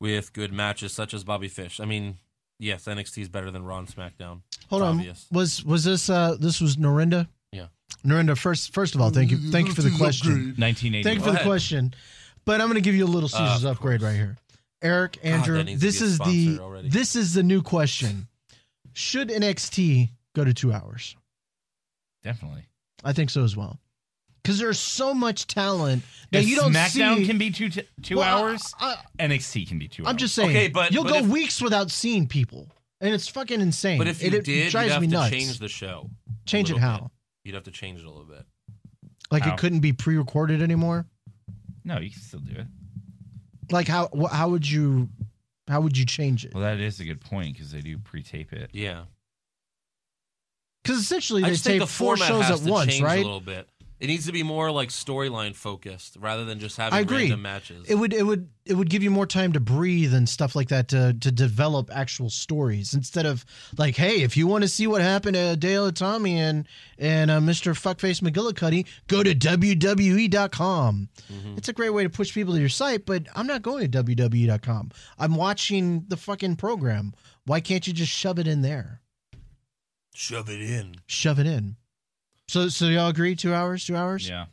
B: with good matches such as Bobby Fish? I mean, yes, NXT is better than Raw and SmackDown.
C: Hold
B: It's
C: on.
B: obvious.
C: Was was this? Uh, this was Norinda.
B: Yeah.
C: Norinda. First, first of all, thank you, thank you for the question.
D: Nineteen eighty.
C: Thank you
B: Go
C: for the
B: ahead. Uh,
C: question. But I'm going to give you a little Caesar's
B: of
C: upgrade
B: course.
C: right here. Eric, Andrew,
B: that needs to
C: this
B: be a
C: is the
B: sponsor already.
C: this is the new question. Should NXT go to two hours?
D: Definitely.
C: I think so as well. because there's so much talent that
D: If
C: you don't
D: SmackDown
C: see.
D: can be two t- two
C: Well, I-
D: hours.
C: I,
D: NXT can be two.
C: am
D: hours.
C: just saying.
B: Okay, but-
C: you'll
B: but
C: go
B: if-
C: weeks without seeing people, and it's fucking insane.
B: But if you
C: it, it
B: did, you'd
C: drives
B: have
C: me
B: to
C: nuts.
B: change the show.
C: Change it
B: little
C: how?
B: You'd have to change it a little bit.
C: Like
D: How?
C: it couldn't be pre-recorded anymore.
D: no. You can still do it.
C: Like how wh- how would you how would you change it?
D: Well, that is a good point because they do pre-tape it.
B: Yeah.
C: Because essentially
B: I
C: they
B: just think
C: tape
B: the
C: four
B: format
C: shows at
B: has to
C: once,
B: change a
C: right?
B: little bit. It needs to be more like storyline focused rather than just having
C: I agree.
B: random matches.
C: It would it would it would give you more time to breathe and stuff like that to to develop actual stories instead of like, hey, if you want to see what happened to Dale Tommy and and uh, Mr. Fuckface McGillicuddy, go to WWE.com.
B: Hmm. Mm-hmm.
C: It's a great way to push people to your site, but I'm not going to WWE.com. I'm watching the fucking program. Why can't you just shove it in there?
B: Shove it in.
C: Shove it in. So so y'all agree? Two hours? Two hours?
D: Yeah.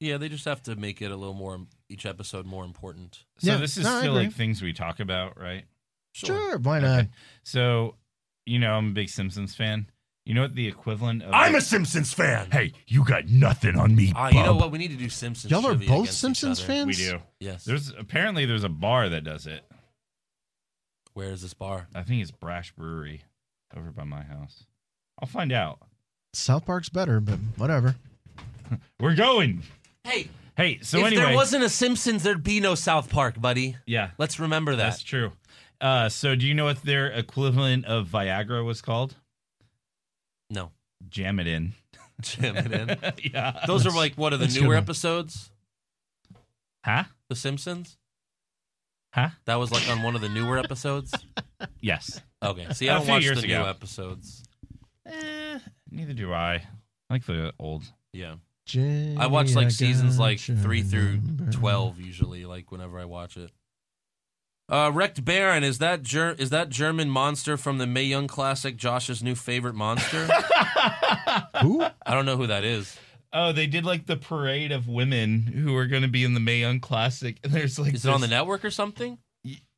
B: Yeah, they just have to make it a little more each episode more important.
D: So
C: Yeah,
D: this is
C: no, I
D: still
C: agree.
D: like things we talk about, right?
C: Sure. Why not?
D: Okay. So, you know, I'm a big Simpsons fan. You know what the equivalent of
F: I'm a Simpsons fan.
D: Hey, you got nothing on me.
B: Ah, you know what? We need to do Simpsons.
C: Y'all are
B: trivia
C: both
B: against each
C: Simpsons
B: other.
C: fans.
D: We do.
B: Yes.
D: There's apparently there's a bar that does it.
B: Where is this bar?
D: I think it's Brash Brewery over by my house. I'll find out.
C: South Park's better, but whatever.
D: We're going.
B: Hey,
D: Hey, so
B: if
D: anyway,
B: there wasn't a Simpsons, there'd be no South Park, buddy.
D: yeah,
B: Let's remember
D: that's
B: that.
D: true. Uh, so do you know what their equivalent of Viagra was called?
B: No. *laughs*
D: Jam it in.
B: Jam it in.
D: *laughs* yeah.
B: Those are like what are the
C: that's a good
B: newer
C: one.
B: episodes?
D: Huh?
B: The Simpsons?
D: Huh?
B: That was like on one of the newer episodes?
D: Yes.
B: Okay. See,
D: A
B: I don't
D: few
B: watch
D: years
B: the
D: ago.
B: new episodes.
D: Eh, neither do I. I like the
C: *laughs*
D: old.
B: Yeah. I watch like seasons like 3 through 12 usually like whenever I watch it. Uh Wrecked Baron is that ger- is that German monster from the May Young classic Josh's new favorite monster?
C: Who?
B: I don't know who that is.
D: Oh, they did like the parade of women who are going to be in the Mae Young Classic, and there's like
B: Is it on the
D: this-
B: network or something?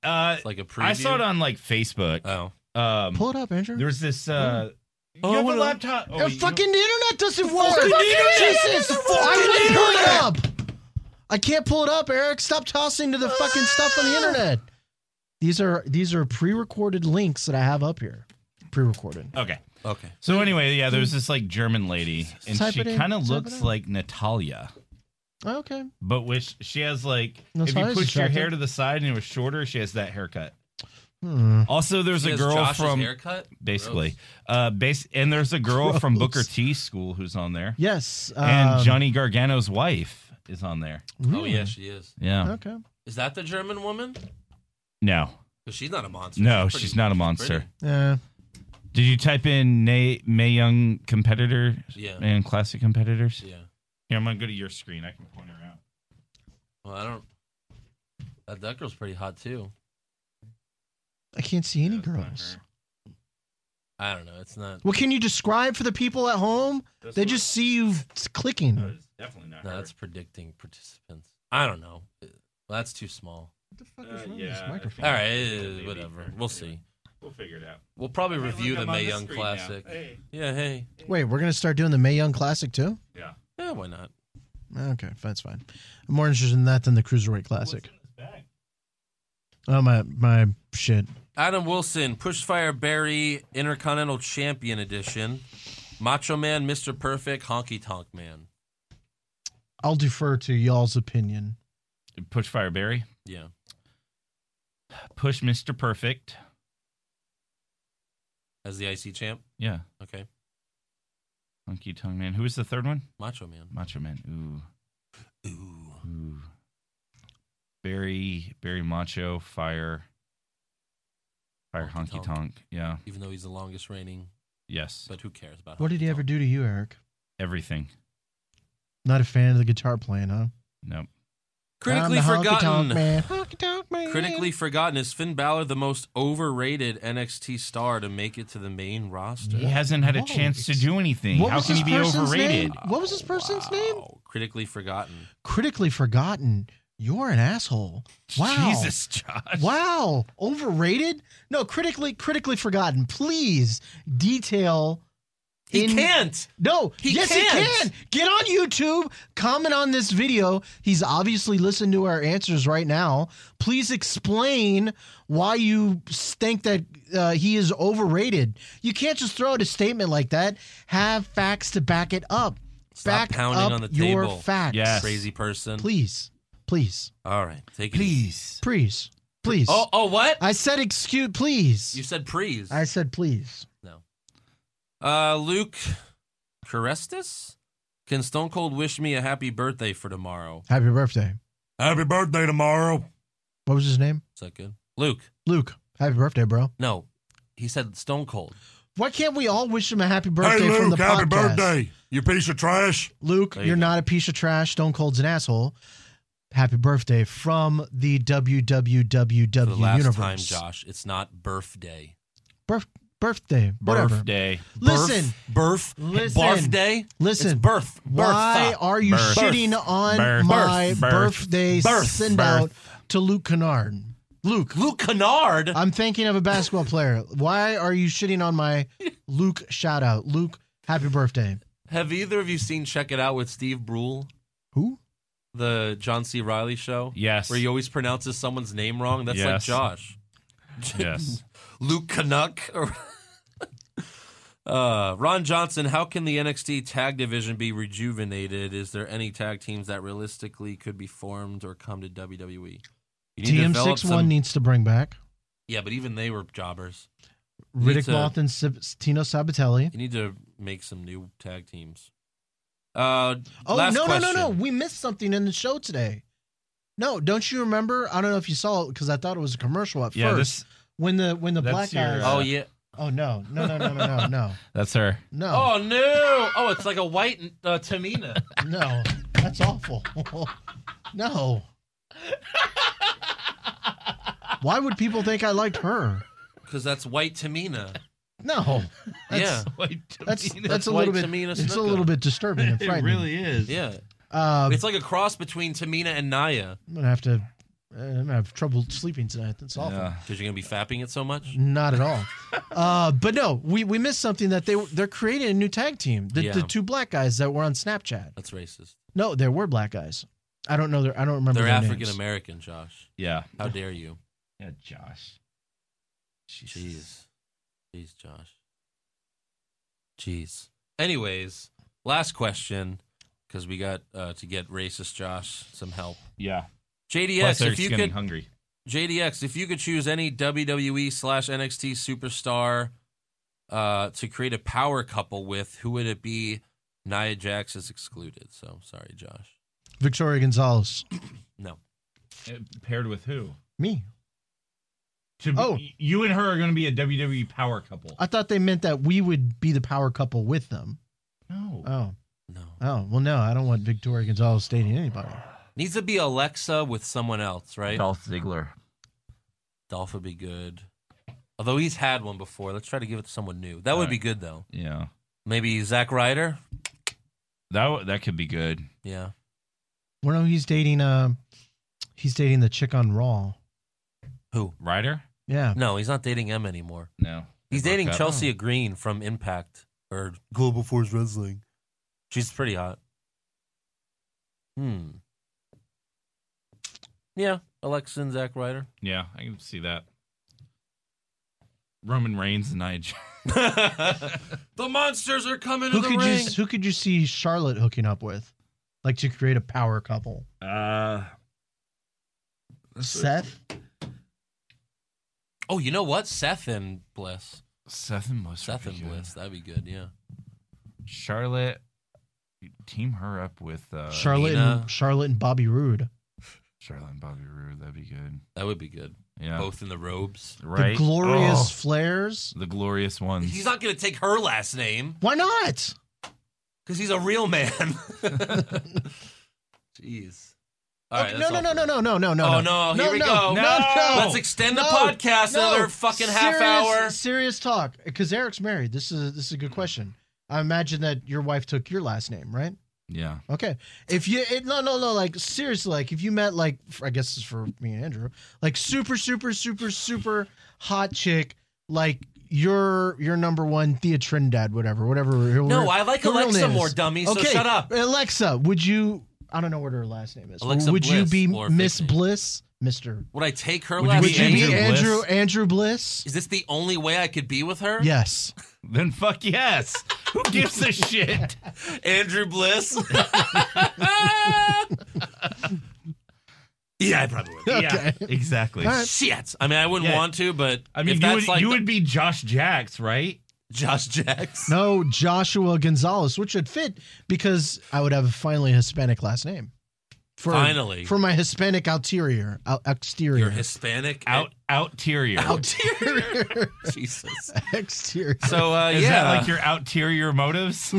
D: Uh,
B: It's like a preview.
D: I saw it on like Facebook.
B: Oh.
D: Um,
C: Pull it up, Andrew.
D: there's this. Uh, you
B: Oh,
D: have
B: what
D: a
B: a-
D: laptop. Oh,
C: Uh,
D: wait, you *laughs* Oh,
C: fucking the internet doesn't work.
D: fucking internet
C: Jesus,
D: doesn't
C: I wouldn't pull it up. I can't pull it up, Eric. Stop tossing to the fucking stuff on the internet. These are these are pre-recorded links that I have up here. Pre-recorded.
D: don't- Okay.
B: Okay.
D: So anyway, yeah, there's this like German lady, and
C: Type
D: she
C: it in.
D: kind
C: Type
D: of
C: it
D: looks
C: in.
D: like Natalia,
C: Okay.
D: but which she has like if you
C: Natalia's
D: pushed your hair
C: attractive.
D: to the side and it was shorter, she has that haircut.
C: Hmm.
D: Also, there's
B: She
D: a
B: has
D: girl
B: Josh's
D: from
B: haircut?
D: basically, uh, base, and there's a girl from
C: Gross.
D: Booker T school who's on there.
C: Yes.
D: and
C: um,
D: Johnny Gargano's wife is on there.
B: Oh
C: really?
B: yeah, she is.
D: Yeah.
C: Okay.
B: Is that the German woman?
D: No,
B: 'Cause she's not a monster.
D: no,
B: pretty-
D: she's not a monster.
B: pretty.
C: Yeah.
D: Did you type in Nay May Young competitor
B: Yeah.
D: and classic competitors?
B: Yeah.
D: Here, I'm gonna go to your screen. I can point her out.
B: Well, I don't. That, that girl's pretty hot too.
C: I can't see any
D: That's not
C: girls.
D: her.
B: I don't know. It's not.
C: Well, can you describe for the people at home?
D: That's
C: They
D: not-
C: just see you clicking.
D: no,
C: What
D: it's definitely not.
B: No,
D: her.
B: that's predicting participants. I don't know. Uh, Well, that's too small.
C: the fuck
D: Uh,
C: is wrong with
D: yeah,
C: this
D: I
C: microphone?
D: think-
B: All right, eh,
D: Maybe.
B: whatever. We'll see.
D: We'll figure it out.
B: We'll probably
D: Hey,
B: review
D: look,
B: the
D: I'm on
B: May
D: the
B: Young
D: screen now.
B: Classic.
D: Hey.
B: Yeah, hey.
C: Wait, we're gonna start doing the May Young Classic too.
D: Yeah.
B: Yeah, why not?
C: Okay, that's fine. I'm more interested in that than the Cruiserweight Classic. Oh my my shit.
B: Adam Wilson, Pushfire Barry Intercontinental Champion Edition, Macho Man, Mr. Perfect, Honky Tonk Man.
C: I'll defer to y'all's opinion.
D: Push Fire Barry.
B: Yeah.
D: Push Mr. Perfect.
B: As the IC champ.
D: Yeah.
B: Okay.
D: Monkey Tongue Man. Who was the third one?
B: Macho Man.
D: Macho Man.
B: Ooh.
D: Ooh. Ooh. Barry Barry Macho Fire. Fire
B: Honky
D: Honky,
B: Tonk.
D: tonk. Yeah.
B: Even though he's the longest reigning,
D: Yes.
B: but who cares about
C: What did he
B: Honky
C: ever
B: Tonk?
C: do to you, Eric?
D: Everything.
C: Not a fan of the guitar playing, huh?
D: Nope.
B: Critically
C: I'm the
B: forgotten.
C: honky-tonk man. Honky-tonk man.
B: Critically forgotten is Finn Balor the most overrated NXT star to make it to the main roster?
D: He hasn't had a
C: Whoa.
D: chance to do anything.
C: What
D: How
C: was
D: can he
C: this
D: be
C: person's name?
D: overrated?
C: What was this person's name?
B: Wow. Critically forgotten.
C: critically forgotten. You're an asshole. Wow.
D: Jesus, Josh.
C: Wow. Overrated? No, critically critically forgotten. Please detail
B: He
C: in-
B: can't.
C: No,
B: He
C: yes,
B: can't.
C: he can. Get on YouTube, comment on this video. He's obviously listened to our answers right now. Please explain why you think that uh, he is overrated. You can't just throw out a statement like that. Have facts to back it up.
B: Stop
C: back
B: pounding
C: up
B: on the
C: your
B: table.
C: facts.
D: Yes.
B: Crazy person.
C: Please, please,
B: All right. Take it. easy.
D: Please.
C: please, please.
B: Oh, oh, what?
C: I said excuse, please.
B: You said please.
C: I said please.
B: Uh, Luke Carestis? Can Stone Cold wish me a happy birthday for tomorrow?
C: Happy birthday.
F: Happy birthday tomorrow.
C: What was his name?
B: Is that good? Luke.
C: Luke. Happy birthday, bro.
B: No. He said Stone Cold.
C: Why can't we all wish him a happy birthday
F: hey,
C: from
F: Luke,
C: the
F: happy
C: podcast?
F: birthday. You piece of trash.
C: Luke,
B: There you
C: you're
B: go.
C: not a piece of trash. Stone Cold's an asshole. Happy birthday from the WWWW
B: For the last
C: universe.
B: time, Josh. It's not birthday.
C: Birth- birthday, whatever.
D: Birthday.
C: Listen,
B: Birth.
C: Listen.
B: Barf day?
C: Listen.
B: It's birth.
C: why
B: Birth.
C: are you
D: Birth.
C: shitting on
D: Birth.
C: my
D: Birth.
C: birthday
B: Birth.
C: send
D: Birth.
C: out to Luke Kennard? Luke,
B: Luke Kennard?
C: I'm thinking of a basketball player. Why are you shitting on my Luke shout out? Luke, happy birthday.
B: Have either of you seen Check It Out with Steve Brule,
C: Who?
B: the John C. Riley show?
D: Yes.
B: Where he always pronounces someone's name wrong? That's like
D: Yes.
B: Josh.
D: Yes.
B: *laughs* Luke Canuck. *laughs* or- uh, Ron Johnson, how can the NXT tag division be rejuvenated? Is there any tag teams that realistically could be formed or come to WWE? You need to develop
C: TM61
B: some-
C: needs to bring back
B: yeah, but even they were jobbers. You need
C: Riddick
B: to-
C: Roth and Sib- Tino Sabatelli.
B: You need to make some new tag teams. Uh,
C: Oh
B: last
C: no no
B: question.
C: no no! We missed something in the show today. No, don't you remember? I don't know if you saw it because I thought it was a commercial at
D: Yeah,
C: first.
D: this
C: when the when the
D: That's
C: black
D: your,
C: guy.
B: Oh yeah.
C: Oh no no no no no
B: *laughs*
C: no no
D: that's her.
C: no
B: Oh no! Oh, it's like a white uh, Tamina.
C: no! That's awful. *laughs*
B: *laughs*
C: no. Why would people think I liked her?
B: Because that's white Tamina.
C: No,
B: yeah,
C: *laughs* *laughs*
D: *laughs*
C: that's
B: Tamina.
C: that's a
B: White
C: little bit.
B: Tamina
C: It's a
B: Snuka.
C: little bit disturbing and frightening.
D: is.
B: yeah.
C: Uh,
B: It's like a cross between Tamina and Naya.
C: I'm gonna have to. I'm gonna have trouble sleeping tonight. That's awful.
D: Yeah.
B: Because you're gonna be fapping it so much.
C: Not at all. uh, but no, we, we missed something that they they're creating a new tag team. The, the
B: Yeah.
C: two black guys that were on Snapchat.
B: That's racist.
C: No, there were black guys. I don't know. Their, I don't remember.
B: They're
C: their names.
B: African American, Josh.
D: Yeah.
B: How dare you?
D: Yeah, Josh. Jeez.
B: Jeez, jeez, Josh. Jeez. Anyways, last question because we got uh, to get racist Josh some help.
D: Yeah.
B: JDX,
D: they're
B: if you
D: just getting
B: could
D: hungry.
B: JDX, if you could choose any WWE slash NXT superstar uh, to create a power couple with, who would it be? Nia Jax is excluded. So sorry, Josh.
C: Victoria Gonzalez.
B: No.
D: Uh, paired with who?
C: Me.
D: To be,
C: Oh.
D: you and her are going to be a WWE power couple.
C: I thought they meant that we would be the power couple with them.
D: no.
C: Oh.
B: No.
C: Oh. Well, no, I don't want Victoria Gonzalez dating anybody.
B: Needs to be Alexa with someone else, right?
D: Dolph Ziggler.
B: Dolph would be good. Although he's had one before. Let's try to give it to someone new. That would be
D: Alright.
B: good, though.
D: Yeah.
B: Maybe Zack Ryder?
D: That w- that could be good.
B: Yeah.
C: Well, no, he's dating. Uh, he's dating the chick on Raw.
B: Who?
D: Ryder?
C: Yeah.
B: No, he's not dating M anymore.
D: No.
B: He's
D: They broke
B: dating
D: up.
B: Chelsea Green from Impact or Global Force Wrestling. She's pretty hot. Hmm. Yeah, Alexa and Zack Ryder.
D: Yeah, I can see that. Roman Reigns and Nia Jax.
B: *laughs* the monsters are coming
C: Who could you? s- Who could you see Charlotte hooking up with? Like to create a power couple.
D: Uh,
C: Seth.
B: oh, you know what? Seth and Bliss.
D: Seth and Bliss. would
B: Seth
D: be
B: and
D: good.
B: Bliss. That'd be good. Yeah.
D: Charlotte. Team her up with uh,
C: Charlotte
B: Nina.
C: and Charlotte and Bobby Roode.
D: Charlotte and Bobby Roode. That'd be good.
B: That would be good.
D: Yeah.
B: Both in the robes.
D: Right.
C: The glorious
D: Oh,
C: flares.
D: the glorious ones.
B: He's not going to take her last name
C: Why not?
B: because he's a real man. *laughs* Jeez. All right, that's
C: Okay, no, no,
B: all
C: no,
B: for now.
C: no, no, no, no, no.
B: Oh, no, here we
C: no,
B: go.
C: No,
D: No.
C: no.
B: Let's extend the
C: No,
B: podcast
C: no.
B: another fucking half
C: Serious-
B: hour.
C: Serious talk, because Eric's married. This is this is a good question. I imagine that your wife took your last name, right?
D: yeah.
C: Okay. If you it, no no no like seriously like if you met like f- I guess it's for me and Andrew like super super super super hot chick like your your number one Thea Trinidad, whatever, whatever. Her,
B: No,
C: her-
B: I like
C: her real
B: Alexa
C: name
B: more,
C: is.
B: dummy, so shut up.
C: Alexa, would you? I don't know what her last name is.
B: Alexa
C: would you
B: Bliss
C: be
B: or
C: Miss
B: fake name.
C: Bliss, Mister?
B: Would I take her
D: Would you
B: last
D: be
C: Would you
B: name?
C: be
D: Andrew Bliss?
C: Andrew Andrew Bliss?
B: Is this the only way I could be with her?
C: Yes. *laughs*
D: Then fuck
B: *laughs*
D: yes. Who gives a
C: *laughs*
D: shit? *laughs*
B: Andrew Bliss. yeah, I probably would.
D: Yeah, exactly.
C: All right.
B: Shit. I mean, I wouldn't
D: Yeah.
B: want to, but
D: I mean,
B: if
D: you
B: that's
D: would,
B: like
D: you
B: the-
D: would be Josh Jacks, right?
B: Josh Jacks.
C: No, Joshua Gonzalez, which would fit because I would have finally a Hispanic last name. For,
B: Finally.
C: for my Hispanic ulterior, uh, exterior,
B: You're Hispanic.
D: Out outerior.
B: *laughs*
C: *laughs* ulterior,
D: *laughs*
B: Jesus.
C: exterior.
B: So uh,
D: Is
B: yeah,
D: that like your outerior
C: *laughs*
D: motives?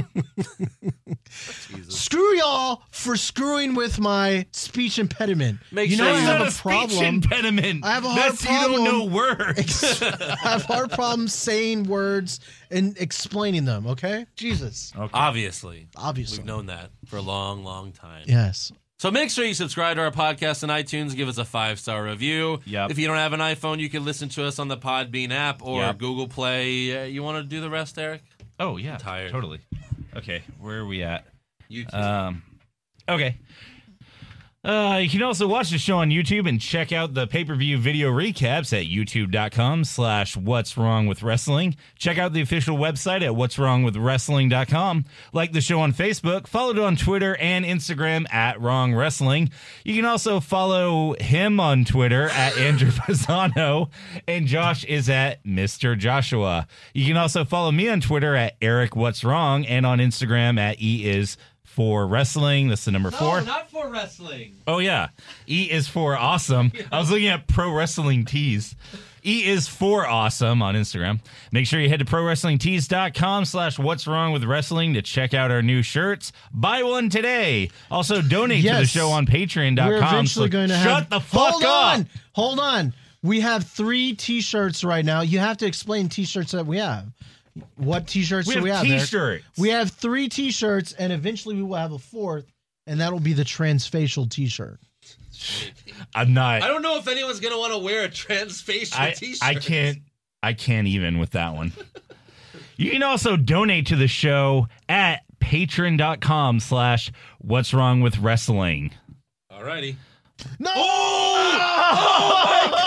B: Jesus.
C: Screw y'all for screwing with my speech impediment.
B: Make
C: you know
B: sure
C: I
B: you
C: have
D: not
C: a
D: speech
C: problem.
D: impediment.
C: I have a hard
D: That's, You don't
C: problem.
D: know
C: *laughs*
D: words.
C: Ex- I have hard problems saying words and explaining them. Okay, Jesus,
B: Obviously,
C: obviously.
B: we've known that for a long, long time.
C: Yes,
B: So make sure you subscribe to our podcast on iTunes. Give us a five star review.
D: Yep.
B: If you don't have an iPhone, you can listen to us on the Podbean app or
D: Yep.
B: Google Play. Uh, you want to do the rest, Eric?
D: Oh yeah,
B: tired.
D: totally. Okay, where are we at?
B: YouTube.
D: Um, okay. Uh, you can also watch the show on YouTube and check out the pay-per-view video recaps at youtube.com slash what's wrong with wrestling. Check out the official website at what's wrong with wrestling.com. Like the show on Facebook, follow it on Twitter and Instagram at wrong wrestling. You can also follow him on Twitter at *laughs* Andrew Fasano and Josh is at Mr. Joshua. You can also follow me on Twitter at Eric What's Wrong and on Instagram at E is for wrestling. That's the number four.
B: not for wrestling.
D: Oh yeah, E is for awesome. I was looking at pro wrestling tees. E is for awesome on Instagram. Make sure you head to prowrestlingtees.com slash what's wrong with wrestling to check out our new shirts. Buy one today. Also donate to the
C: Yes.
D: show on patreon.com.
C: we're eventually
D: So-
C: going to
D: Shut
C: have.
D: the fuck
C: hold
D: up.
C: on, hold on. We have three T-shirts right now. You have to explain T-shirts that we have. What T-shirts
D: We
C: do
D: have
C: we have? Eric?
D: t-shirts.
C: We have three T-shirts, and eventually we will have a fourth, and that'll be the transfacial T-shirt.
D: I'm not
B: I don't know if anyone's gonna want to wear a transfacial
D: I,
B: T-shirt.
D: I can't I can't even with that one. you can also donate to the show at patreon.com slash what's wrong with wrestling.
B: Alrighty.
C: No.
D: Oh! my *laughs*